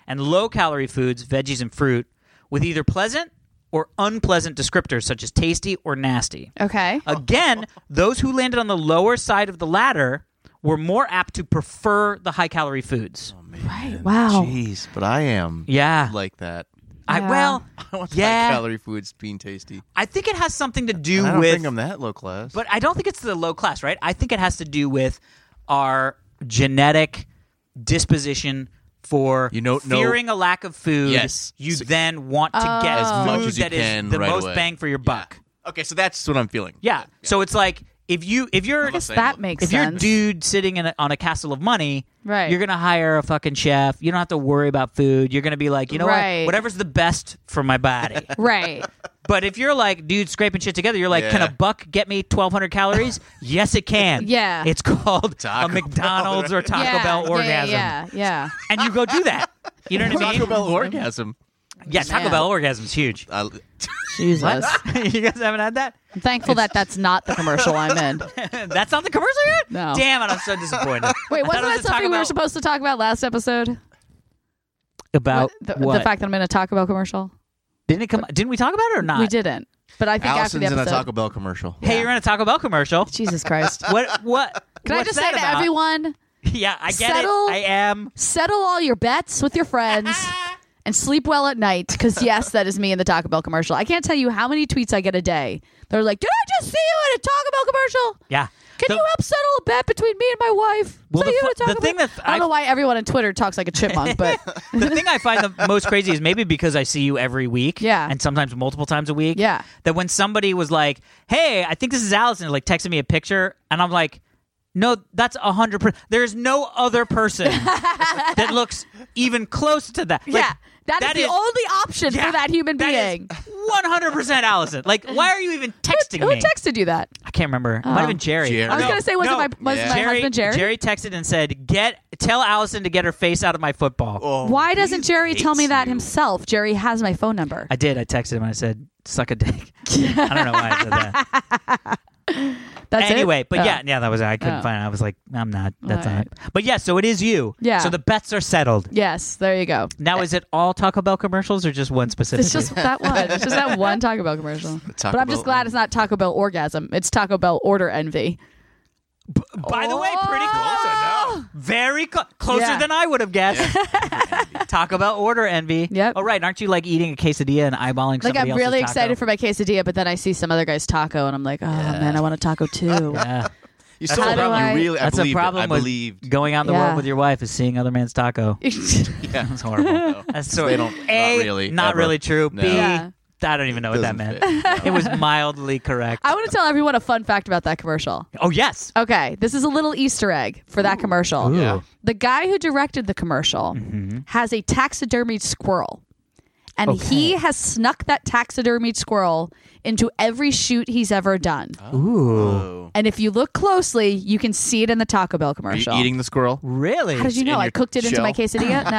C: and low calorie foods, veggies, and fruit, with either pleasant or unpleasant descriptors such as tasty or nasty.
A: Okay.
C: Again, those who landed on the lower side of the ladder were more apt to prefer the high calorie foods.
A: right. Wow.
D: Jeez, but I am
C: Yeah.
D: Um, like that.
C: I,
A: Yeah.
C: well,
D: I want
C: Yeah.
D: high calorie foods being tasty.
C: I think it has something to do
D: And I don't
C: with
D: think I'm that low class.
C: But I don't think it's the low class, right? I think it has to do with our genetic disposition for
D: You know- no-
C: fearing a lack of food.
D: Yes.
C: You
D: So-
C: then want to
A: Oh.
C: get
D: As much
C: food
D: as you
C: that is
D: can
C: the
D: right
C: most
D: away.
C: bang for your buck.
D: okay, so that's what I'm feeling.
C: Yeah. So it's like if you if you're
D: Unless I-
A: That makes
C: if you're a
A: sense.
C: dude sitting in a, on a castle of money,
A: Right.
C: you're gonna hire a fucking chef. You don't have to worry about food. You're gonna be like, you know
A: Right.
C: what, whatever's the best for my body.
A: right.
C: But if you're like, dude, scraping shit together, you're like, can
D: Yeah.
C: a buck get me 1,200 calories? yes, it can.
A: Yeah.
C: It's called
D: Taco
C: a
D: Bell,
C: McDonald's or Taco
A: yeah.
C: Bell
A: yeah,
C: orgasm.
A: Yeah. Yeah.
C: And you go do that. You know what I mean?
D: Taco Bell orgasm.
C: Yeah, Taco
A: Man.
C: Bell orgasm's huge.
D: I,
A: Jesus.
C: you guys haven't had that?
A: I'm thankful that that's not the commercial I'm in.
C: That's not the commercial yet?
A: No.
C: Damn it, I'm so disappointed.
A: Wait,
C: I thought
A: wasn't
C: it
A: that
C: was a Taco
A: something we were
C: Bell-
A: supposed to talk about last episode?
C: About
A: the,
C: Uh, what?
A: the fact that I'm in a Taco Bell commercial.
C: didn't it come? Didn't we talk about it or not?
A: We didn't, but I think
D: Allison's
A: after
D: in
A: the
D: a
A: episode.
D: Taco Bell commercial.
C: Hey, you're in a Taco Bell commercial.
A: Jesus Christ!
C: What? What?
A: Can I
C: what's
A: just say
C: that
A: to
C: about?
A: everyone,
C: Yeah, I get
A: settle-
C: it. I am.
A: settle all your bets with your friends and sleep well at night. Because yes, that is me in the Taco Bell commercial. I can't tell you how many tweets I get a day. They're like, "Did I just see you in a Taco Bell commercial?
C: Yeah.
A: Can
C: The-
A: you help settle a bet between me and my wife?
C: Well,
A: So
C: the
A: you
C: fu-
A: in a Taco
C: the
A: Bell-
C: thing that
A: I don't
C: I-
A: know why everyone on Twitter talks like a chipmunk, but
C: the thing I find the most crazy is maybe because I see you every week,
A: Yeah.
C: and sometimes multiple times a week,
A: Yeah.
C: That when somebody was like, "Hey, I think this is Allison," like texted me a picture, and I'm like, "No, that's a hundred percent. There's no other person that looks even close to that." Like,
A: yeah, that
C: that
A: is,
C: is-
A: the only option
C: yeah,
A: for that human
C: that
A: being.
C: one hundred percent Allison. Like, why are you even texting
A: Who
C: me?
A: texted you that?
C: I can't remember. It might have been Jerry.
D: Jerry.
A: I was
D: No,
A: gonna say, was
C: no.
A: it my was it
D: Yeah.
A: my husband Jerry?
C: texted and said, "Get tell Allison to get her face out of my football."
D: Oh,
A: Why
D: he
A: doesn't Jerry tell me
D: hates
A: that
D: you.
A: himself? Jerry has my phone number.
C: I did. I texted him and I said, "Suck a dick." I don't know why I said that.
A: That's it?
C: anyway, but
A: Oh.
C: yeah, yeah, that was I couldn't
A: Oh.
C: find. It. I was like, I'm not. That's
A: Alright.
C: not. But yeah, so it is you.
A: Yeah.
C: So the bets are settled.
A: Yes, there you go.
C: Now, is it all Taco Bell commercials or just one specific?
A: It's just that one. It's just that one Taco Bell commercial.
D: Taco
A: but I'm just
D: Bell-
A: glad it's not Taco Bell orgasm. It's Taco Bell order envy.
C: By the way, pretty close. Very close. Closer
A: Yeah.
C: than I would have guessed. Taco Bell order envy.
A: Yep.
C: Oh, right. Aren't you like eating a quesadilla and
A: Like
C: eyeballing somebody
A: I'm
C: else's
A: really
C: taco?
A: excited for my quesadilla, but then I see some other guy's taco, and I'm like, oh man, I want a taco too.
C: Yeah.
D: You
C: That's
D: sold
C: a
D: out.
C: problem.
D: You really. I
C: That's a
D: believed. it.
C: problem
D: I
C: with
D: believed.
C: going out in the
A: Yeah.
C: world with your wife is seeing other man's taco.
D: Yeah.
C: That's horrible. That's so
D: They don't-
C: A,
D: not really,
C: not
D: ever.
C: really true.
D: No.
C: B,
A: Yeah.
C: I don't even know what that meant.
D: Doesn't fit.
C: It was mildly correct.
A: I want to tell everyone a fun fact about that commercial.
C: oh yes.
A: Okay, this is a little Easter egg for that commercial.
D: Yeah.
A: The guy who directed the commercial
C: Mm-hmm.
A: has a taxidermied squirrel. And he has snuck that taxidermied squirrel into every shoot he's ever done.
C: Ooh.
D: Oh.
A: And if you look closely, you can see it in the Taco Bell
D: Are you
A: commercial.
D: eating the squirrel?
C: Really?
A: How did you know?
D: in
A: I
D: your
A: cooked it into
D: shell?
A: my quesadilla?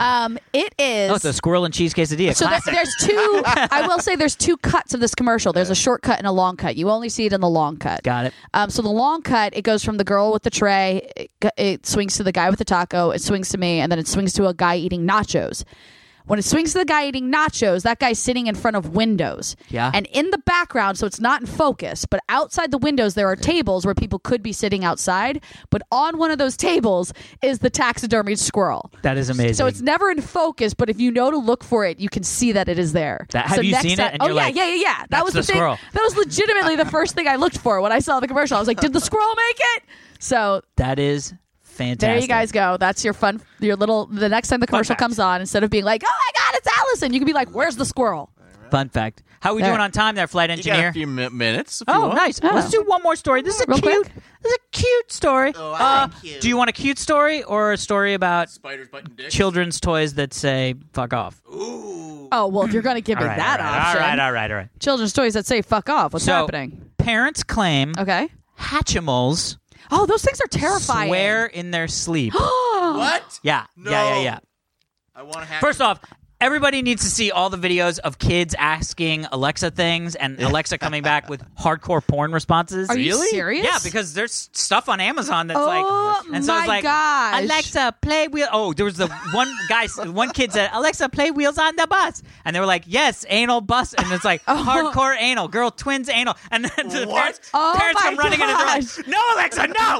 A: No. um, it is.
C: Oh, it's a squirrel and cheese quesadilla.
A: So there,
C: Classic.
A: there's two. I will say there's two cuts of this commercial. There's a short cut and a long cut. You only see it in the long cut.
C: Got it.
A: Um, so the long cut, it goes from the girl with the tray, it, g- it swings to the guy with the taco, it swings to me, and then it swings to a guy eating nachos. When it swings to the guy eating nachos, that guy's sitting in front of windows.
C: Yeah.
A: And in the background, so it's not in focus, but outside the windows, there are tables where people could be sitting outside. But on one of those tables is the taxidermied squirrel.
C: That is amazing.
A: So it's never in focus, but if you know to look for it, you can see that it is there.
C: That- have
A: so
C: you
A: next
C: seen it?
A: time-
C: And
A: oh
C: you're
A: yeah,
C: like,
A: yeah, yeah, yeah. That
C: "That's
A: was
C: the
A: thing.
C: squirrel.
A: That was legitimately the first thing I looked for when I saw the commercial. I was like, did the squirrel make it? So
C: that is fantastic.
A: there you guys go. That's your fun. Your little. The next time the commercial
C: fact.
A: comes on, instead of being like, oh my god, it's Allison, you can be like, where's the squirrel?
C: Fun fact. How are we
A: There.
C: doing on time there, flight
D: You got
C: engineer?
D: a few mi- minutes. if you
C: Oh,
D: want.
C: nice. Let's do one more story. This is a
A: Real
C: cute.
A: quick.
C: This is a cute story. Uh,
D: Oh, I like
C: Do you want a cute story or a story about
D: Spiders biting dicks.
C: children's toys that say "fuck off"?
A: Oh well, if you're gonna give me
C: All right,
A: that
C: all right,
A: option,
C: All right, all right, all right.
A: children's toys that say fuck off. What's
C: So-
A: happening?
C: Parents claim
A: Okay.
C: Hatchimals
A: Oh, those things are terrifying.
C: swear in their sleep.
D: What?
C: yeah, yeah, yeah, yeah.
D: I want to have.
C: First off, everybody needs to see all the videos of kids asking Alexa things and Alexa coming back with hardcore porn responses.
A: Are you Really? serious?
C: Yeah, because there's stuff on Amazon that's
A: Oh,
C: like, and so it's
A: my
C: like,
A: gosh.
C: Alexa, play wheel. Oh, there was the one guy, one kid said, Alexa, play wheels on the bus, and they were like, yes, anal bus, and it's like hardcore anal, girl, twins anal, and then the
D: What?
C: parents,
A: Oh,
C: parents
A: my
C: come running in and they're like, no, Alexa, no, no,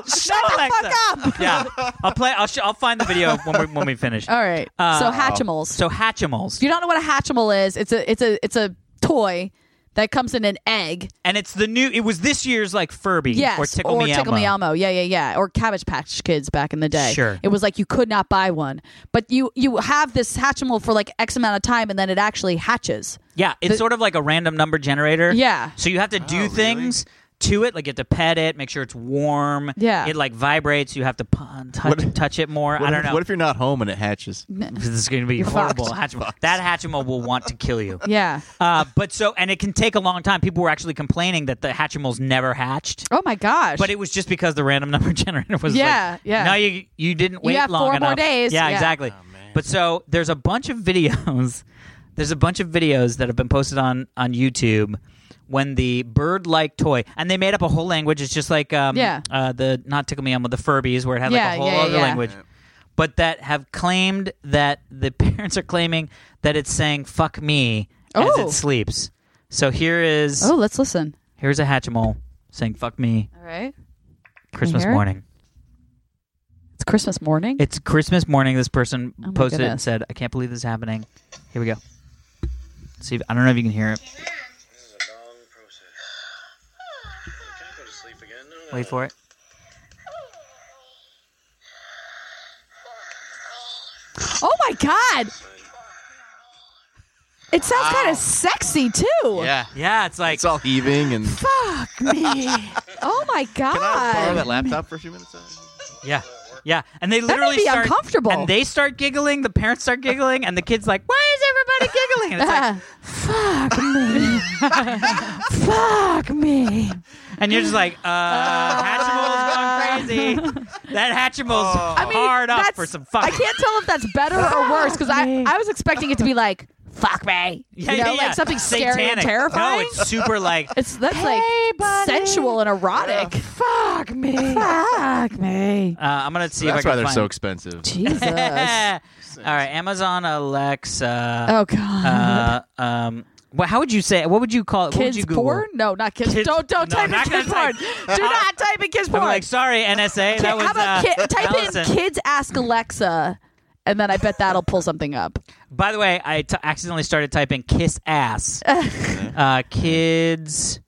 C: Alexa. Yeah, I'll play. I'll, sh- I'll find the video when we when we finish.
A: All right.
C: Uh,
A: so Hatchimals.
C: So Hatchimals,
A: If you don't know what a Hatchimal is, it's a it's a it's a toy that comes in an egg.
C: and it's the new. It was this year's like Furby
A: Yes,
C: or Tickle Me Elmo.
A: Elmo. Yeah, yeah, yeah. Or Cabbage Patch Kids back in the day.
C: Sure.
A: it was like you could not buy one, but you you have this Hatchimal for like X amount of time, and then it actually hatches.
C: Yeah, it's sort of like a random number generator.
A: Yeah.
C: So you have to do
D: Oh, really?
C: things to it, like you have to pet it, make sure it's warm.
A: Yeah.
C: It like vibrates. You have to pun, touch,
D: What-
C: touch it more.
D: what
C: I don't
D: if,
C: know.
D: What if you're not home and it hatches?
C: this is going to be horrible. Hatchimal. That Hatchimal will want to kill you.
A: Yeah.
C: Uh, but so, and it can take a long time. People were actually complaining that the Hatchimals never hatched.
A: Oh my gosh.
C: But it was just because the random number generator was
A: Yeah,
C: like,
A: yeah.
C: No, you you didn't wait
A: have
C: long
A: four more
C: enough.
A: days.
C: Yeah,
A: Yeah.
C: exactly. but so there's a bunch of videos. There's a bunch of videos that have been posted on on YouTube when the bird-like toy and they made up a whole language. It's just like um,
A: Yeah.
C: uh, the not tickle me elmo the Furbies where it had like
A: Yeah,
C: a whole
A: yeah,
C: other
A: yeah.
C: language. But that have claimed that the parents are claiming that it's saying "fuck me" as
A: Oh.
C: it sleeps. So here is
A: oh, let's listen.
C: here's a Hatchimal saying "fuck me"
A: All right,
C: Christmas
A: hear it?
C: morning.
A: it's Christmas morning.
C: It's Christmas morning. This person
A: Oh my
C: posted it and
A: goodness.
C: said, "I can't believe this is happening." Here we go. See, if, I don't know if you can hear it.
E: This is a long process. Can I go to sleep again? No, no.
C: Wait for it.
A: oh my god. It sounds kind of sexy too.
D: Yeah.
C: Yeah, it's like
D: It's all heaving and. Can
A: Fuck me. oh my god.
D: I borrow that laptop for a few minutes?
C: yeah, yeah, and they
A: may
C: literally
A: be
C: start
A: uncomfortable.
C: and they start giggling. The parents start giggling, and the kids like, "Why is everybody giggling?" And it's like,
A: fuck me. Fuck me.
C: and you're just like, "Uh, Hatchimal's going crazy. That Hatchimal's hard up
A: that's-
C: for some fuck."
A: I can't tell if that's better or worse because I, I was expecting it to be like fuck me, you know,
C: Yeah, yeah,
A: like
C: yeah.
A: something scary and
C: Satanic.
A: terrifying.
C: No, it's super like
A: It's- that's like sensual and erotic. Fuck me, fuck me,
C: uh, I'm gonna see
D: That's
C: if I can
D: why they're
C: find.
D: so expensive.
A: Jesus. oh
C: All right, Amazon Alexa.
A: god,
C: uh, um, well, how would you say? What would you call it? What would
A: kids
C: you Google?
A: porn? No, not kids.
C: Kids-
A: don't don't
C: no,
A: type in
C: not
A: kids
C: gonna
A: porn.
C: type-
A: Do not type in kids
C: I'm
A: porn.
C: like, sorry, NSA.
A: Ki-
C: that was
A: How about
C: uh,
A: ki- type
C: Allison.
A: in kids ask Alexa, and then I bet that'll pull something up.
C: By the way, I t-
D: Mm-hmm.
C: accidentally started typing "kiss ass." uh, kids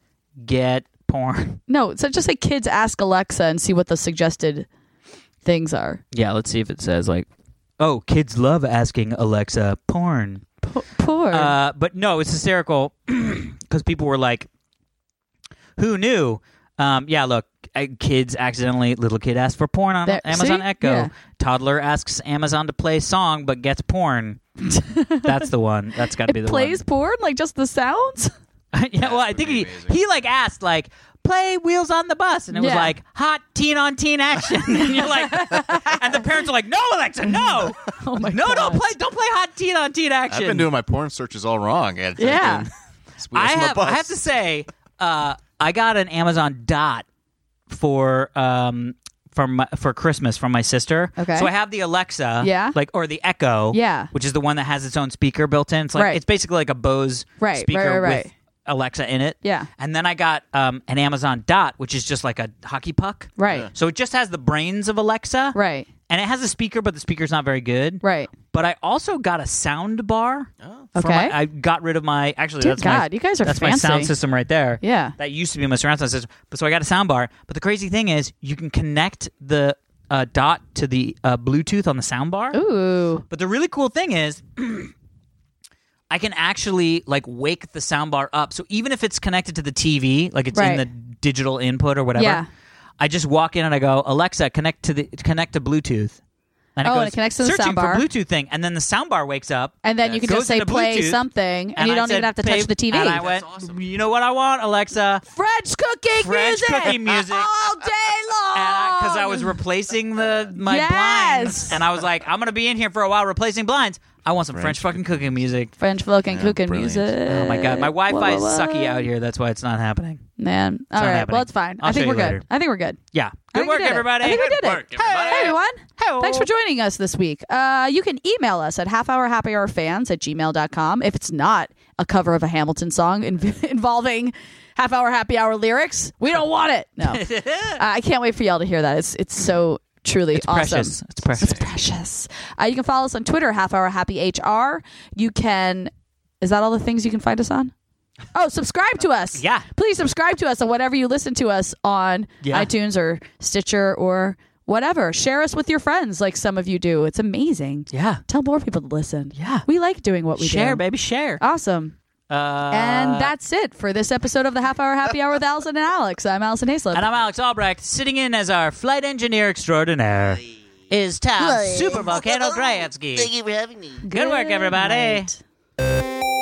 C: get porn.
A: No, so just like kids ask Alexa and see what the suggested things are.
C: Yeah, let's see if it says like, oh, kids love asking Alexa porn.
A: P- poor.
C: Uh, but no, it's hysterical because people were like, who knew? Um, yeah, look, uh, kids accidentally, little kid asks for porn on
A: There-
C: Amazon
A: see?
C: Echo.
A: Yeah.
C: Toddler asks Amazon to play song but gets porn. That's the one. That's got to be the
A: Plays
C: one.
A: porn like just the sounds.
C: yeah, well, I think he,
D: pretty amazing.
C: he like asked like play Wheels on the Bus, and it was
A: Yeah.
C: like hot teen on teen action, and you're like, and the parents are like, no, Alexa, no,
A: Oh my
C: no,
A: god.
C: don't play, don't play hot teen on teen action.
D: I've been doing my porn searches all wrong. And
A: Yeah.
C: I have, I have to say, uh, I got an Amazon Dot for um from my, for Christmas from my sister.
A: Okay.
C: So I have the Alexa,
A: Yeah.
C: like or the Echo,
A: Yeah.
C: which is the one that has its own speaker built in. It's like
A: Right.
C: it's basically like a Bose
A: Right,
C: speaker
A: right, right,
C: with
A: right.
C: Alexa in it.
A: Yeah.
C: And then I got um an Amazon Dot, which is just like a hockey puck.
A: Right.
C: So it just has the brains of Alexa.
A: Right.
C: And it has a speaker, but the speaker's not very good.
A: Right.
C: But I also got a sound bar. for
A: Okay.
C: my- I got rid of my actually.
A: Dear
C: that's my,
A: God, you guys are
C: that's my sound
A: fancy.
C: system right there.
A: Yeah.
C: that used to be my surround sound system. But so I got a sound bar. But the crazy thing is, you can connect the uh, dot to the uh, Bluetooth on the sound bar.
A: Ooh.
C: But the really cool thing is, I can actually like wake the soundbar up. So even if it's connected to the TV, like it's in
A: Right.
C: the digital input or whatever,
A: Yeah.
C: I just walk in and I go, Alexa, connect to the connect to Bluetooth. And
A: Oh, and it connects to the
C: searching
A: soundbar.
C: for Bluetooth thing, and then the soundbar wakes up.
A: And then you can
C: goes
A: just say
C: into
A: play
C: Bluetooth,
A: something, and, you
C: I
A: don't
C: said,
A: even have to touch
C: "Babe,"
A: the TV.
C: And I went, you know what I want, Alexa?
A: French cooking
C: French
A: music.
C: cooking music.
A: all day long.
C: because I was replacing the my
A: Oh. Yes.
C: blinds, and I was like, I'm gonna be in here for a while replacing blinds. I want some French, fucking cooking music.
A: French fucking cooking
D: brilliant.
A: music.
C: Oh my god, my
A: Uh,
C: Wi-Fi is sucky out here. That's why it's not happening.
A: Man, all
C: not
A: right.
C: happening.
A: Well, it's fine.
C: I'll
A: I think
C: show
A: we're
C: you
A: good.
C: later.
A: I think we're good.
C: Yeah,
A: I
C: good
A: think we
C: work,
A: did it.
C: everybody.
A: I think we did
D: work,
A: it.
D: everybody.
A: Hey, everyone.
C: Hey.
A: Thanks for joining us this week. Uh, you can email us at halfhourhappyhourfans at gmail.com if it's not a cover of a Hamilton song in- involving half hour happy hour lyrics. We don't want it. No. Uh, I can't wait for y'all to hear that. It's it's so truly awesome.
C: Precious. It's precious.
A: Precious. Uh, you can follow us on Twitter, half hour happy HR. You can, is that all the things you can find us on? Oh, subscribe to us.
C: Yeah.
A: Please subscribe to us on whatever you listen to us on
C: Yeah.
A: iTunes or Stitcher or whatever. Share us with your friends like some of you do. It's amazing.
C: Yeah.
A: Tell more people to listen.
C: Yeah.
A: We like doing what we do.
C: share, baby, share.
A: Awesome.
C: Uh,
A: and that's it for this episode of the Half Hour Happy Hour with Allison and Alex. I'm Allison Hayslip.
C: and I'm Alex Albrecht, sitting in as our flight engineer extraordinaire. Is Tom Super Volcano Grayatsky. Thank you for having me. Good work, everybody.
A: night.